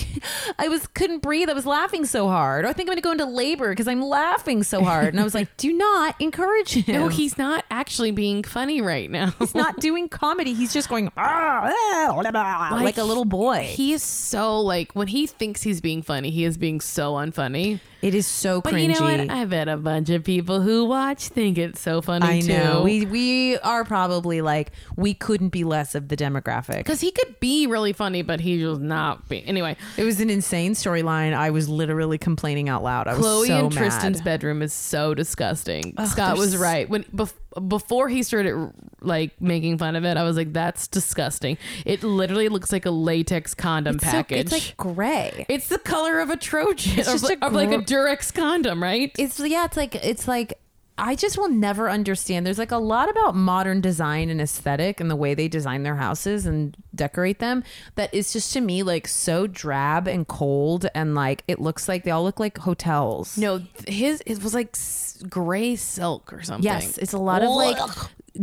i was couldn't breathe i was laughing so hard or i think i'm gonna go into labor because i'm laughing so hard and i was like do not encourage him No, he's not actually being funny right now. he's not doing comedy he's just going "Ah, ah, blah, blah," like, a little boy He is so like when he thinks he's being funny, he is being so unfunny. it is so But cringy you know what? I bet a bunch of people who watch think it's so funny I know too. we we are probably like we couldn't be less of the demographic. because he could be really funny, but he just not be. Anyway, It was an insane storyline. I was literally complaining out loud. I was Chloe so and mad. Tristan's bedroom is so disgusting. Scott was right when bef- before he started like making fun of it. I was like, "That's disgusting." It literally looks like a latex condom It's so- package. it's like gray. It's the color of a Trojan, It's of, just a of like a gr- Durex condom, right? It's yeah. It's like it's like I just will never understand. There's like a lot about modern design and aesthetic and the way they design their houses, and decorate them that is just to me like so drab and cold and like it looks like they all look like hotels. No, th- his it was like s- gray silk or something. Yes, it's a lot of like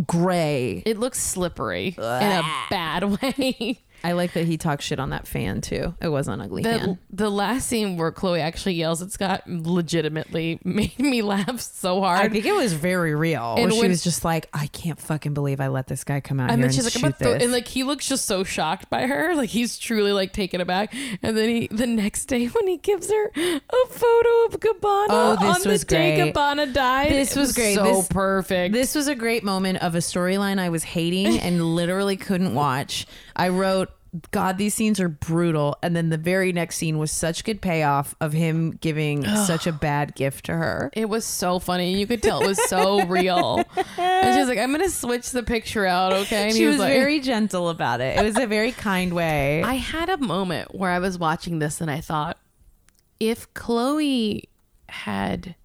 gray. It looks slippery in a bad way. I like that he talks shit on that fan too. It was an ugly The, fan. the last scene where Chloe actually yells at Scott legitimately made me laugh so I hard. think it was very real. And where she when- was just like, I can't fucking believe I let this guy come out and then here and she's like, shoot I'm about to, this. and like he looks just so shocked by her, like he's truly like taken aback. And then he, the next day, when he gives her a photo of Gabbana Oh, this on the was day great. Gabbana died, This it was great. so This- perfect. This was a great moment of a storyline I was hating and literally couldn't watch. I wrote, God, these scenes are brutal. And then the very next scene was such good payoff of him giving such a bad gift to her. It was so funny. You could tell it was so real. And she's like, I'm gonna switch the picture out, okay? And She he was like, very gentle about it. It was a very kind way. I had a moment where I was watching this and I thought, if Chloe had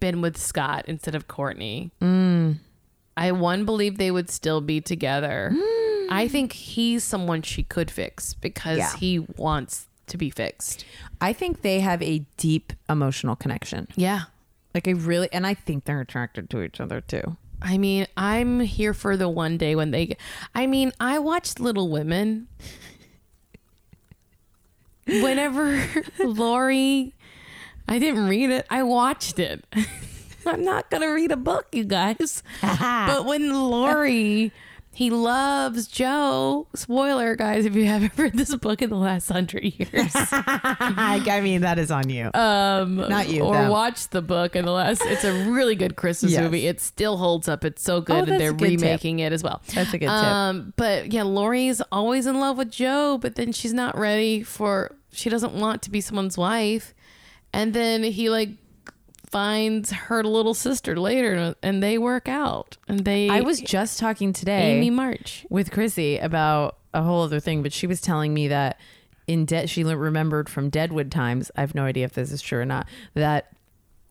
been with Scott instead of Courtney, I one believe they would still be together. I think he's someone she could fix because Yeah. he wants to be fixed. I think they have a deep emotional connection. Yeah. Like, I really, and I think they're attracted to each other too. I mean, I'm here for the one day when they. I mean, I watched Little Women. Whenever Lori, I didn't read it. I watched it. I'm not gonna read a book, you guys. but when Lori, he loves Joe. Spoiler, guys, if you haven't read this book in the last hundred years I, I mean, that is on you. um Not you, or them. watch the book and the last it's a really good christmas Yes. Oh, movie it still holds up it's so good that's and they're a good tip. remaking it as well That's a good tip. um but yeah lori's always in love with joe but then she's not ready for she doesn't want to be someone's wife and then he like finds her little sister later and they work out and they I was just talking today. amy march with Chrissy about a whole other thing, but she was telling me that in debt she le- remembered from Deadwood times. I have no idea if this is true or not. That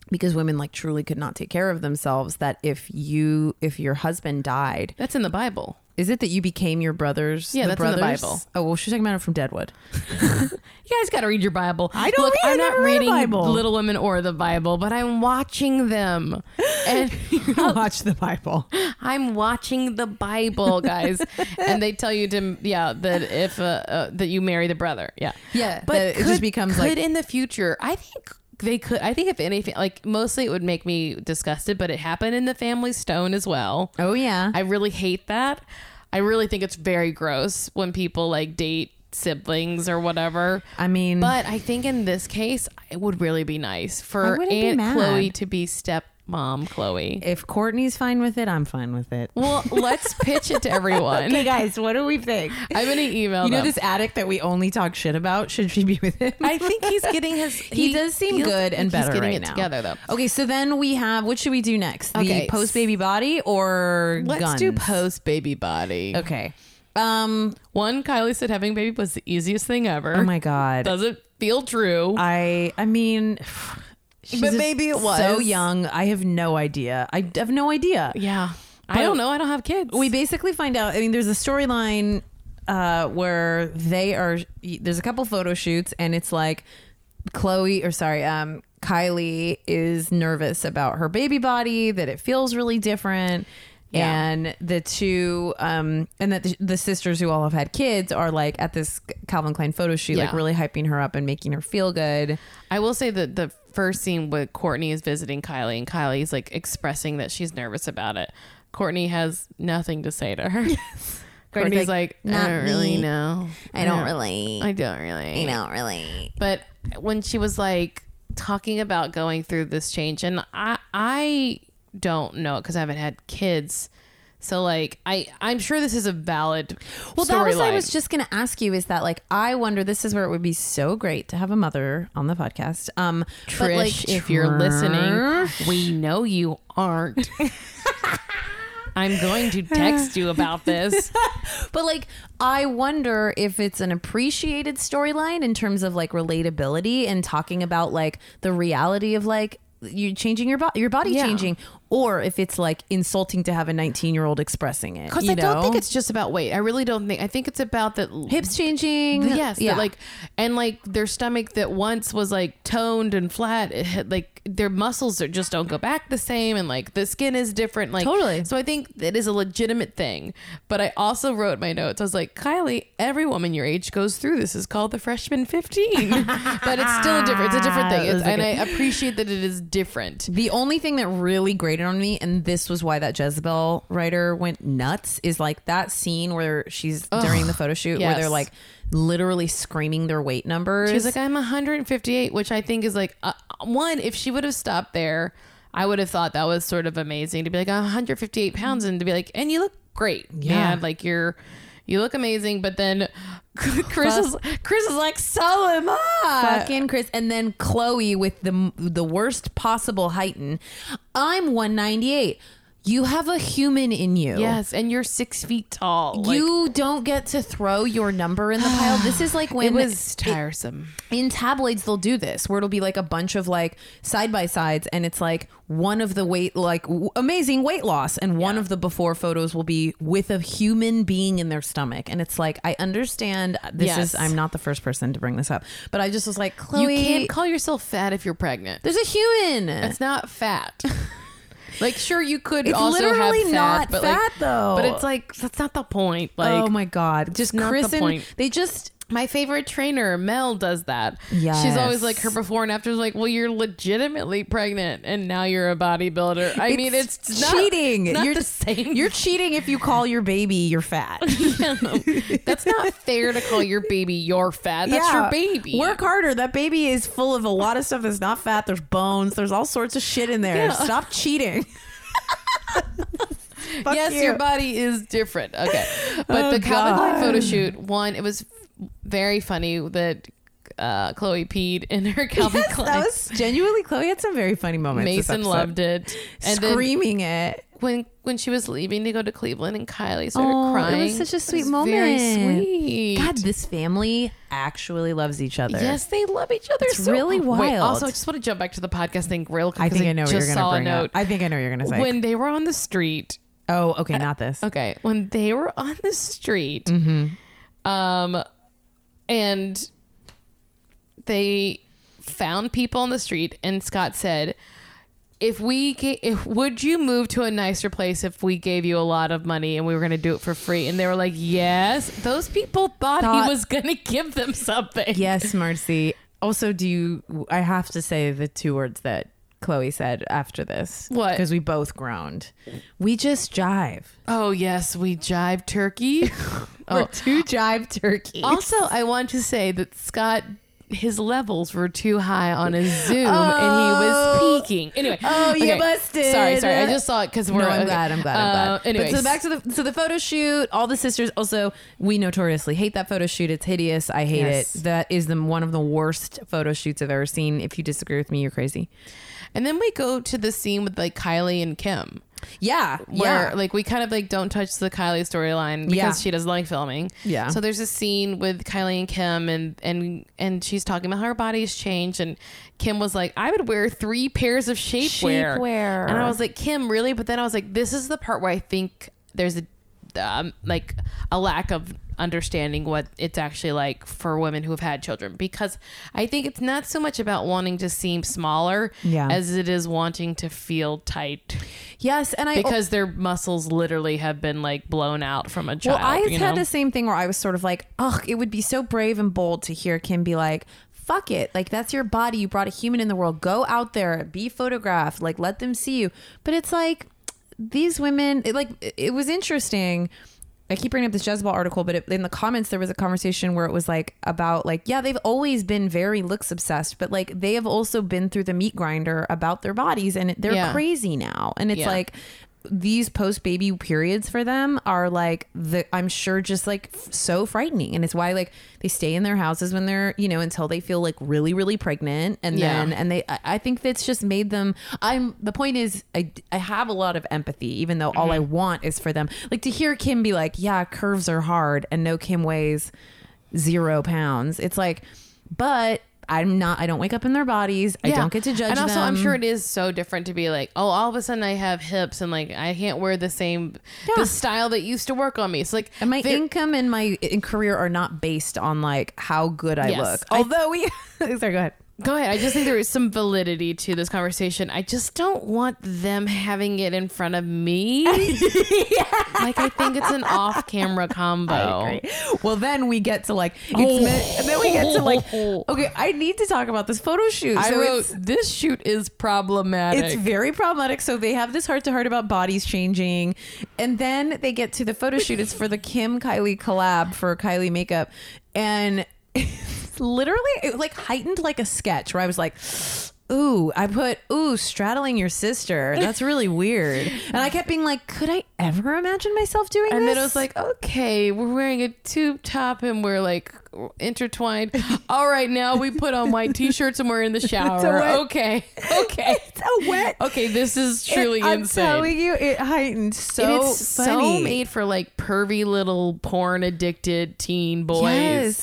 because women like truly could not take care of themselves. That if you if your husband died, that's in the bible is it that you became your brothers? Yeah, that's in the brothers? Bible. Oh well, she's talking about it from Deadwood. You guys got to read your Bible. I don't Look, read- I I'm not never read a reading Bible. Little Women or the Bible, but I'm watching them, and Watch the Bible. I'm watching the Bible, guys. and they tell you to, yeah, that if uh, uh, that you marry the brother, yeah, Yeah, that it just becomes, could like- in the future. I think they could. I think if anything, like mostly it would make me disgusted, but it happened in the Family Stone as well. Oh yeah, I really hate that. I really think it's very gross when people like date siblings or whatever. I mean, But I think in this case, it would really be nice I for wouldn't be Aunt mad. Chloe to be stepmom Chloe. if Courtney's fine with it, I'm fine with it. Well, let's pitch it to everyone. Okay, guys, what do we think? I'm gonna email You know them. this addict that we only talk shit about? Should she be with him? I think he's getting his. he, does seem good and better he's getting right it now. Together though. Okay, so then we have what should we do next? Okay. The post baby body or Let's guns? do post baby body. Okay. Um. One, Kylie said having a baby was the easiest thing ever. Oh my god. Doesn't feel true. I. I mean. she's But maybe it was. so young. I have no idea. I d- have no idea. yeah, I don't know. I don't have kids. We basically find out. I mean, there's a storyline uh, where they are. There's a couple photo shoots, and it's like Chloe or sorry, um, Kylie is nervous about her baby body that it feels really different. Yeah. And the two, um, and that the, the sisters who all have had kids are like at this Calvin Klein photo shoot, like Yeah. really hyping her up and making her feel good. I will say that the first scene where Courtney is visiting Kylie and Kylie's like expressing that she's nervous about it. Courtney has nothing to say to her. Courtney's Courtney's like, like, I "Not don't really me. know. I don't really- I don't really. don't really. But when she was like talking about going through this change, and I I don't know because I haven't had kids. So like I I'm sure this is a valid Well, that was I storyline. was just going to ask you is that like I wonder this is where it would be so great to have a mother on the podcast. Um but, Trish, like, if you're Trish. listening, we know you aren't. I'm going to text you about this. But like I wonder if it's an appreciated storyline in terms of like relatability and talking about like the reality of like you changing your body your body Yeah. changing or if it's like insulting to have a 19 year old expressing it. Because you I don't think know? it's just about weight. I really don't think. I think it's about that. hips changing. Yes, that, like and like their stomach that once was like toned and flat, it had, like their muscles are, just don't go back the same, and like the skin is different. Like Totally. So I think it is a legitimate thing. But I also wrote in my notes. I was like, Kylie, every woman your age goes through this. Is called the freshman fifteen, but it's still a different. It's a different thing, It's- Those are and good. I appreciate that it is different. The only thing that really grated on me, and this was why that Jezebel writer went nuts, is like that scene where she's during the photo shoot where yes. they're like literally screaming their weight numbers. She's like, I'm 158, which I think is like, uh, one, if she would have stopped there, I would have thought that was sort of amazing to be like, I'm 158 pounds and to be like, and you look great. Yeah. Like you're, you look amazing. But then Chris is, Chris is like, so am I. fucking Chris, and then Chloe with the the worst possible height. and, I'm 198. You have a human in you. Yes. And you're six feet tall. Like, you don't get to throw your number in the pile. This is like when it was tiresome. in tabloids they'll do this where it'll be like a bunch of like side by sides and it's like one of the weight like w- amazing weight loss and one of the before photos will be with a human being in their stomach and it's like i understand uh, this Yes. is i'm not the first person to bring this up but i just was like chloe you can't call yourself fat if you're pregnant. there's a human It's not fat. like, sure, you could It's also literally have fat, not but fat, like, though. But it's like, that's not the point. Like, oh my god just not the chris and point. they just My favorite trainer, Mel, does that. She's Yes. always like her before and after is like, well, you're legitimately pregnant and now you're a bodybuilder. I mean, it's not, cheating. Not you're the same. You're cheating if you call your baby your fat. That's not fair to call your baby your fat. That's your baby. Work harder. That baby is full of a lot of stuff that's not fat. There's bones. There's all sorts of shit in there. Stop cheating. Fuck yes, you. Oh, your body is different. Okay, but the Calvin Klein photo shoot one, it was very funny that uh, Chloe peed in her Calvin Yes, Klein. that was genuinely Chloe had some very funny moments. this Mason episode. loved it, and then screaming it. when when she was leaving to go to Cleveland and Kylie started Oh, it was crying. such a It sweet was Very moment. sweet. God, this family actually loves each other. Yes, they love each other. It's so really much. Wait, wild. also, I just want to jump back to the podcast thing real quick. I 'cause think I know what you're just going saw to a bring up. note. I think I know what you're going to say. When Uh, they were on the street, oh, okay, not this. okay, when they were on the street, um, and they found people on the street, and Scott said, "If we ga- if would you move to a nicer place if we gave you a lot of money and we were going to do it for free?" And they were like, "Yes." Those people thought, Thought- he was going to give them something. Yes, Marcy. Also, do you? I have to say the two words that Chloe said after this. What? Because we both groaned. We just jive. Oh yes, we jive turkey. We're oh. two jive turkeys. Also, I want to say that Scott his levels were too high on his Zoom and he was peaking. Anyway. Oh, you busted. Sorry, sorry. I just saw it cuz we're no, I'm okay. glad. I'm glad. I'm glad. Uh, anyways. But so back to the so the photo shoot. All the sisters. Also, we notoriously hate that photo shoot. It's hideous. I hate Yes. it. That is the one of the worst photo shoots I've ever seen. If you disagree with me, you're crazy. and then we go to the scene with like Kylie and Kim. Yeah. where yeah. like we kind of like don't touch the Kylie storyline because Yeah. she doesn't like filming. Yeah. So there's a scene with Kylie and Kim and and and she's talking about how her body's changed and Kim was like, I would wear three pairs of shapewear. Shapewear. And I was like, Kim, really? But then I was like, this is the part where I think there's a um, like a lack of understanding what it's actually like for women who have had children because I think it's not so much about wanting to seem smaller Yeah. as it is wanting to feel tight yes, and I because their muscles literally have been like blown out from a Well, child. I you had know? the same thing where I was sort of like, ugh, it would be so brave and bold to hear Kim be like, fuck it. Like, that's your body. You brought a human in the world. Go out there, be photographed, like, let them see you. But it's like, these women, it, like, it- it was interesting. I keep bringing up this Jezebel article, but it, in the comments there was a conversation where it was like about like yeah they've always been very looks obsessed, but like they have also been through the meat grinder about their bodies and it, they're Yeah. crazy now, and it's Yeah. like these post baby periods for them are like the I'm sure just like f- so frightening and it's why like they stay in their houses when they're you know until they feel like really really pregnant and Yeah. then and they I I think that's just made them I'm the point is I I have a lot of empathy even though all I Mm-hmm. want is for them like to hear Kim be like yeah curves are hard and no Kim weighs 0 pounds it's like but I'm not. I don't wake up in their bodies. I don't get to judge. And also, I'm them. sure it is so different to be like, oh, all of a sudden I have hips and like I can't wear the same the style that used to work on me. It's like And my there- income and my in career are not based on like how good I Yes. look. I- Although we, sorry, go ahead. Go ahead. I just think there is some validity to this conversation. I just don't want them having it in front of me. Like I think it's an off-camera combo. Well, then we get to like, Oh. it's mi- and then we get to like, okay, I need to talk about this photo shoot. I So wrote it's- this shoot is problematic. It's very problematic. So they have this heart to heart about bodies changing. And then they get to the photo shoot. It's for the Kim Kylie collab for Kylie makeup. And literally, it like heightened like a sketch where I was like, Ooh, I put, ooh, straddling your sister. That's really weird. And I kept being like, could I ever imagine myself doing and this? then it was like, okay, we're wearing a tube top and we're like intertwined. All right, now we put on white t-shirts and we're in the shower. wet- Okay, okay, it's a wet. okay. This is truly I'm insane. telling you, it heightened so And it's funny. so made for like pervy little porn addicted teen boys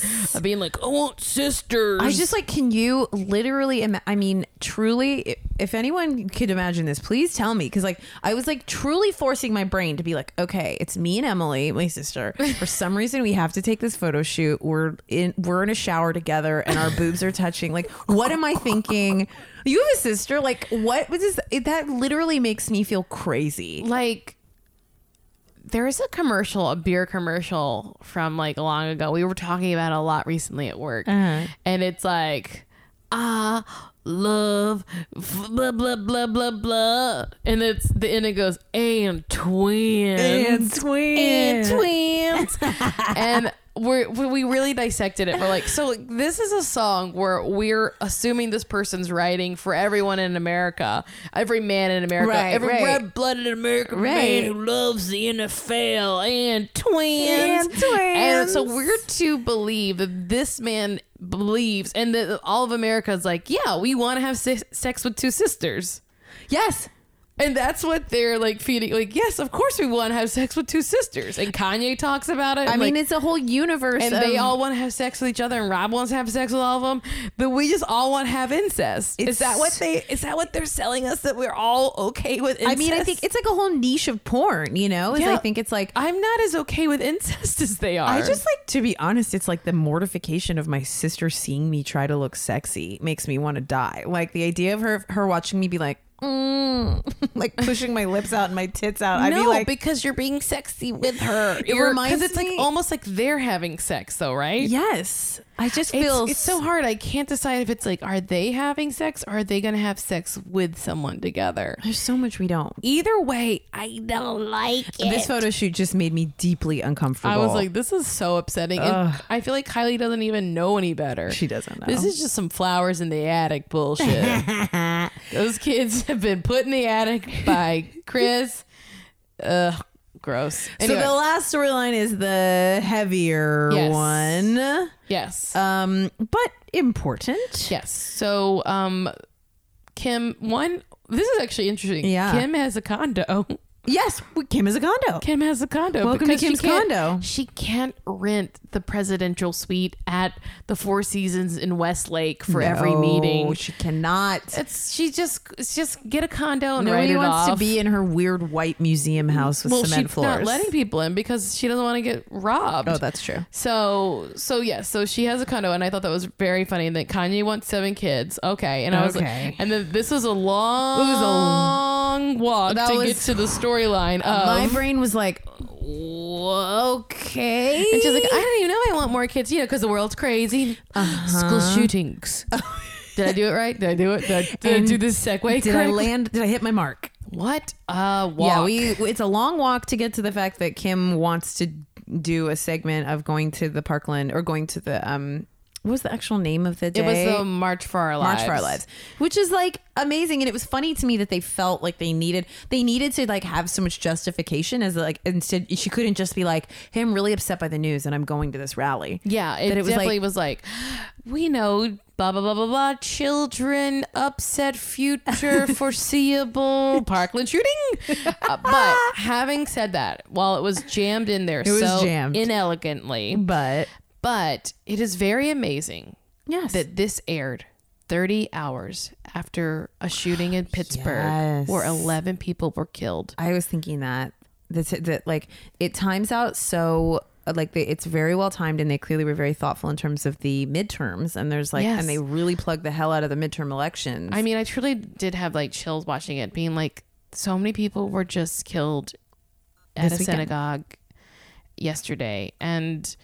Yes. Of being like, I want sisters. I was just like, can you literally? Im- I mean, truly, i- if anyone could imagine this, please tell me. Because like, I was like truly forcing my brain to be like, okay, it's me and Emily, my sister. For some reason, we have to take this photo shoot. We're in, we're in a shower together, and our boobs are touching. Like, what am I thinking? You have a sister. Like, what was this? It, that literally makes me feel crazy. like there is a commercial, a beer commercial from like long ago. We were talking about it a lot recently at work, and it's like, I love f- blah blah blah blah blah, and it's the and it goes and twins and twins. and we're, we we really dissected it. We're like, so like, this is a song where we're assuming this person's writing for everyone in America, every man in America, Right, every right. red-blooded American Right. man who loves the NFL and twins. And twins. And so we're to believe that this man believes, and that all of America is like, yeah, we want to have se- sex with two sisters. Yes. And that's what they're like feeding. Like, yes, of course we want to have sex with two sisters. And Kanye talks about it. I mean, like, it's a whole universe. and they of- all want to have sex with each other, and Rob wants to have sex with all of them. But we just all want to have incest. Is It's- that what they? Is that what they're selling us? That we're all okay with? incest? I mean, I think it's like a whole niche of porn, you know? Is I Yeah. think it's like I'm not as okay with incest as they are. I just like to be honest, it's like the mortification of my sister seeing me try to look sexy makes me want to die. Like the idea of her her watching me be like, mm, like pushing my lips out and my tits out. I'd be no, like, because you're being sexy with her. It reminds it's me- like almost like they're having sex, though, right? yes. I just It's, feel it's so hard. I can't decide if it's like, are they having sex or are they going to have sex with someone together? There's so much we don't. Either way, I don't like it. This photo shoot just made me deeply uncomfortable. I was like, this is so upsetting. And I feel like Kylie doesn't even know any better. She doesn't know. This is just some flowers in the attic bullshit. Those kids have been put in the attic by Chris. Ugh, gross. Anyway, so the last storyline is the heavier Yes. one, yes. um, but important. Yes. So, um, Kim, one, this is actually interesting. Yeah. Kim has a condo. Yes, we- Kim is a condo. Kim has a condo. Welcome to because she Kim's can't- condo. She can't rent the presidential suite at the Four Seasons in Westlake for every No, meeting. She cannot. It's she just it's just get a condo and write Nobody it wants to off. be in her weird white museum house with well, cement she's floors. not letting people in because she doesn't want to get robbed. oh, that's true. So so yes, so she has a condo, and I thought that was very funny. And that Kanye wants seven kids. Okay, and I was Okay. like, and then this was a long, was a- long walk That to was- get to the storyline of. My brain was like, okay. and she's like, I don't even know. I want more kids, you know, because the world's crazy. Uh-huh. School shootings. Did I do it right? Did I do it? Did I, did I Oh. And do this segue? did I correctly? land? Did I hit my mark? What? Uh, walk. Yeah, we. It's a long walk to get to the fact that Kim wants to do a segment of going to the Parkland or going to the um. What was the actual name of the day? It was the March for Our Lives. March for Our Lives, which is like amazing. And it was funny to me that they felt like they needed they needed to like have so much justification as like instead she couldn't just be like, "Hey, I'm really upset by the news and I'm going to this rally." Yeah, it, That it was definitely like- was like, we know blah blah blah blah blah. Children upset future foreseeable Parkland shooting. Uh, but having said that, while it was jammed in there, was so jammed. inelegantly, But but it is very amazing Yes. that this aired 30 hours after a shooting in Pittsburgh Yes. where 11 people were killed. I was thinking that that's that like it times out so like they, it's very well timed and they clearly were very thoughtful in terms of the midterms and there's like Yes. and they really plug the hell out of the midterm elections. I mean, I truly did have like chills watching it, being like, so many people were just killed at a This weekend. synagogue yesterday, and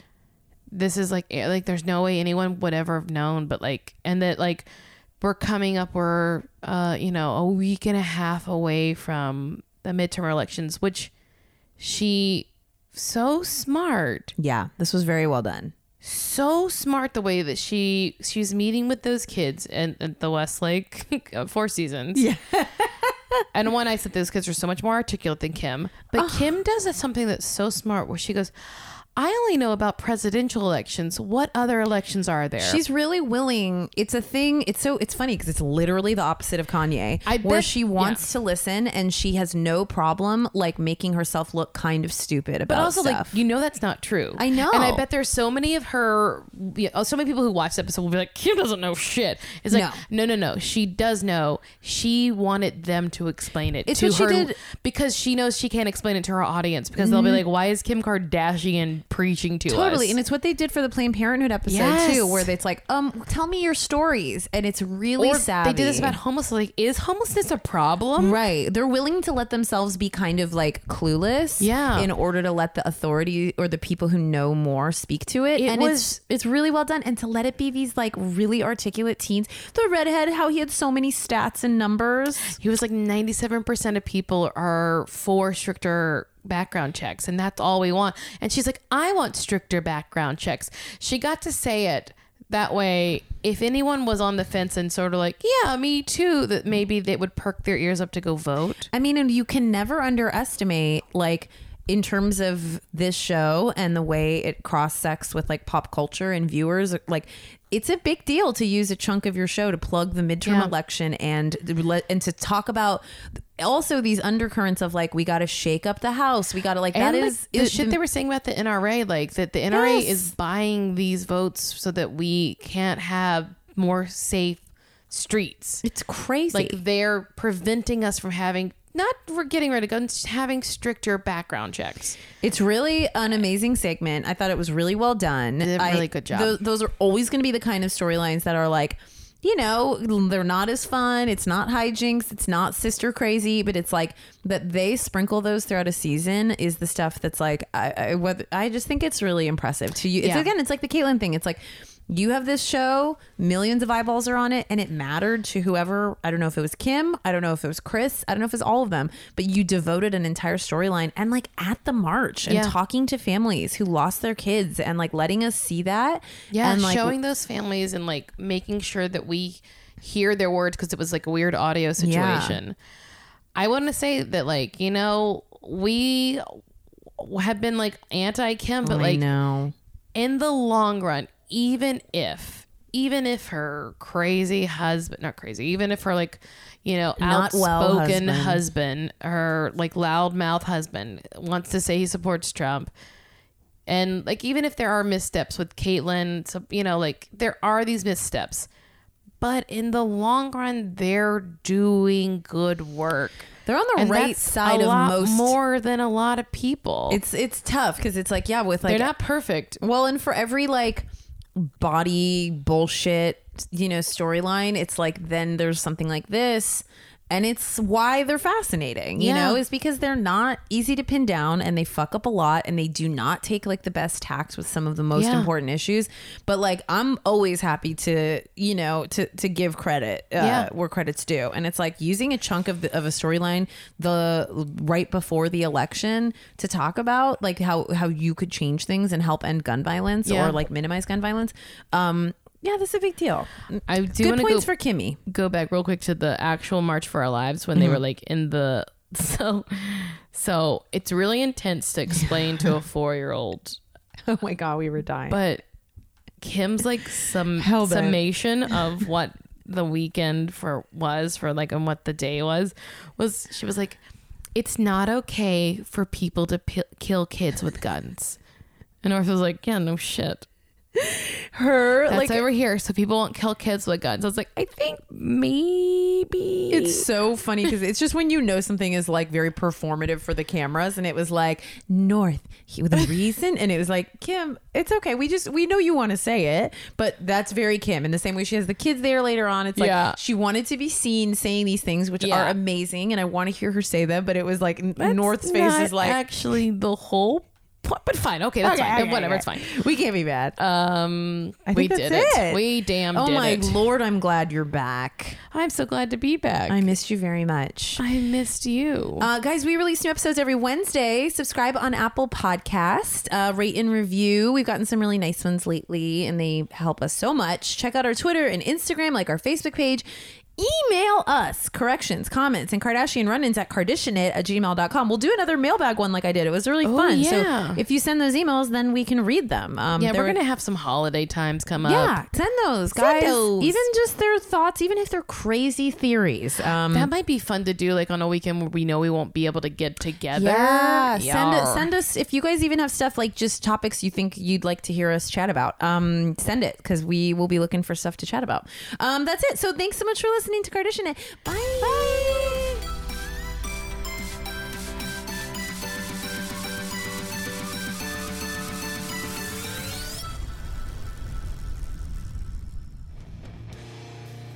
this is like, eh, like, there's no way anyone would ever have known, but like, and that like, we're coming up, we're, uh, you know, a week and a half away from the midterm elections, which she so smart yeah, this was very well done. so smart the way that she she's meeting with those kids and at the Westlake uh, Four Seasons. Yeah. and one, I said those kids are so much more articulate than Kim, but Kim does that- something that's so smart where she goes, "I only know about presidential elections. What other elections are there?" She's really willing. It's a thing. It's so it's funny because it's literally the opposite of Kanye, I where bet- she wants to listen and she has no problem like making herself look kind of stupid about but also stuff. like you know that's not true. I know. and I bet there's so many of her, yeah, oh, so many people who watch the episode will be like, Kim doesn't know shit. It's like, no, no, no, she does know. She wanted them to explain it It's to what she her did- Mm-hmm. because she knows she can't explain it to her audience because they'll be like, why is Kim Kardashian preaching to us? Totally. And it's what they did for the Planned Parenthood episode Yes. too, where it's like, um, tell me your stories. And it's really or savvy. they did this about homelessness. Like, is homelessness a problem? Right. They're willing to let themselves be kind of like clueless. Yeah. In order to let the authority or the people who know more speak to it. It and was- it's it's really well done. And to let it be these like really articulate teens. The redhead, how he had so many stats and numbers. He was like 97% of people are for stricter background checks, and that's all we want. And she's like, I want stricter background checks. She got to say it that way. If anyone was on the fence and sort of like, yeah, me too, that maybe they would perk their ears up to go vote. I mean, and you can never underestimate like in terms of this show and the way it cross sects with like pop culture and viewers, like it's a big deal to use a chunk of your show to plug the midterm Yeah. election and and to talk about also these undercurrents of like we got to shake up the house, we got to like that and like, is the, shit they were saying about the NRA, like that the NRA is buying these votes so that we can't have more safe streets. it's crazy. like they're preventing us from having not we're getting rid of guns just having stricter background checks It's really an amazing segment. I thought it was really well done. did a I- really good job. tho- those are always going to be the kind of storylines that are like, you know, they're not as fun. It's not hijinks. It's not sister crazy, but it's like that they sprinkle those throughout a season is the stuff that's like, I, I, whether, I just think it's really impressive to you. It's Yeah. again, it's like the Caitlyn thing. It's like, you have this show, millions of eyeballs are on it, and it mattered to whoever. I don't know if it was Kim, I don't know if it was Chris, I don't know if it was all of them, but you devoted an entire storyline and like at the march and Yeah. talking to families who lost their kids and like letting us see that. yeah and like, showing those families and like making sure that we hear their words because it was like a weird audio Yeah. situation i want to say that like you know we have been like anti-kim but I like know. in the long run, even if even if her crazy husband not crazy, even if her like, you know, Not outspoken well husband. her like loudmouth husband wants to say he supports Trump. And like even if there are missteps with Caitlyn, so, you know, like there are these missteps. But in the long run, they're doing good work. They're on the right that's side a of lot most. more than a lot of people. It's it's tough because it's like yeah, with like they're not perfect, Well, and for every like body bullshit, you know, storyline, it's like then there's something like this. And it's why they're fascinating, you Yeah. know, is because they're not easy to pin down and they fuck up a lot and they do not take like the best tact with some of the most Yeah. important issues. But like I'm always happy to, you know, to to give credit uh, Yeah. where credit's due. And it's like using a chunk of the, of a storyline the right before the election to talk about like how how you could change things and help end gun violence Yeah. or like minimize gun violence. Um yeah, that's a big deal. I do Good wanna go- points for Kimmy. go back real quick to the actual March for Our Lives when they Mm-hmm. were like in the so so it's really intense to explain to a four year old, Oh my god, we were dying. but Kim's like some Hell bent. summation of what the weekend for was for like and what the day was was she was like it's not okay for people to pi- kill kids with guns and Orpha was like yeah no shit her That's like over here, so people won't kill kids with guns. I was like, I think maybe it's so funny because it's just when you know something is like very performative for the cameras, and it was like North he, with a reason, and it was like Kim, it's okay. We just we know you want to say it, but that's very Kim. In the same way she has the kids there later on, it's like Yeah. she wanted to be seen saying these things, which Yeah. are amazing, and I want to hear her say them, but it was like N- North's face not is like actually the whole. Point, but fine, okay, that's "Okay, fine. okay, Whatever, okay. it's fine. We can't be bad. Um, I we think did that's it. We damn Oh did my it. lord, I'm glad you're back. I'm so glad to be back. I missed you very much. I missed you. Uh, guys, we release new episodes every Wednesday. Subscribe on Apple Podcast, uh, rate and review. We've gotten some really nice ones lately, and they help us so much. Check out our Twitter and Instagram, like our Facebook page. Email us corrections, comments, and Kardashian run-ins at carditionit at gmail.com. We'll do another mailbag one like I did. It was really fun. yeah. So if you send those emails, then we can read them. Um, yeah, there- we're gonna have some holiday times come up. yeah, send those guys. those. Even just their thoughts, even if they're crazy theories. Um, That might be fun to do, like on a weekend where we know we won't be able to get together. Yeah, send Yarr. us, send us if you guys even have stuff like just topics you think you'd like to hear us chat about. Um, send it because we will be looking for stuff to chat about. Um, that's it. So thanks so much for listening to Cardition. It. Bye. Bye.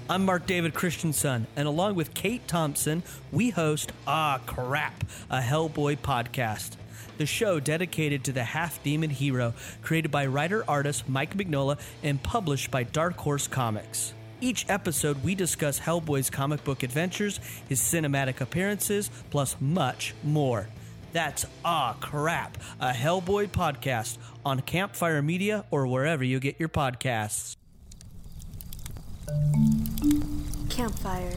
I'm Mark David Christensen, and along with Kate Thompson, we host Ah Crap, a Hellboy podcast. The show dedicated to the half demon hero, created by writer artist Mike Mignola and published by Dark Horse Comics. Each episode, we discuss Hellboy's comic book adventures, his cinematic appearances, plus much more. That's Ah Crap, a Hellboy podcast on Campfire Media or wherever you get your podcasts. Campfire.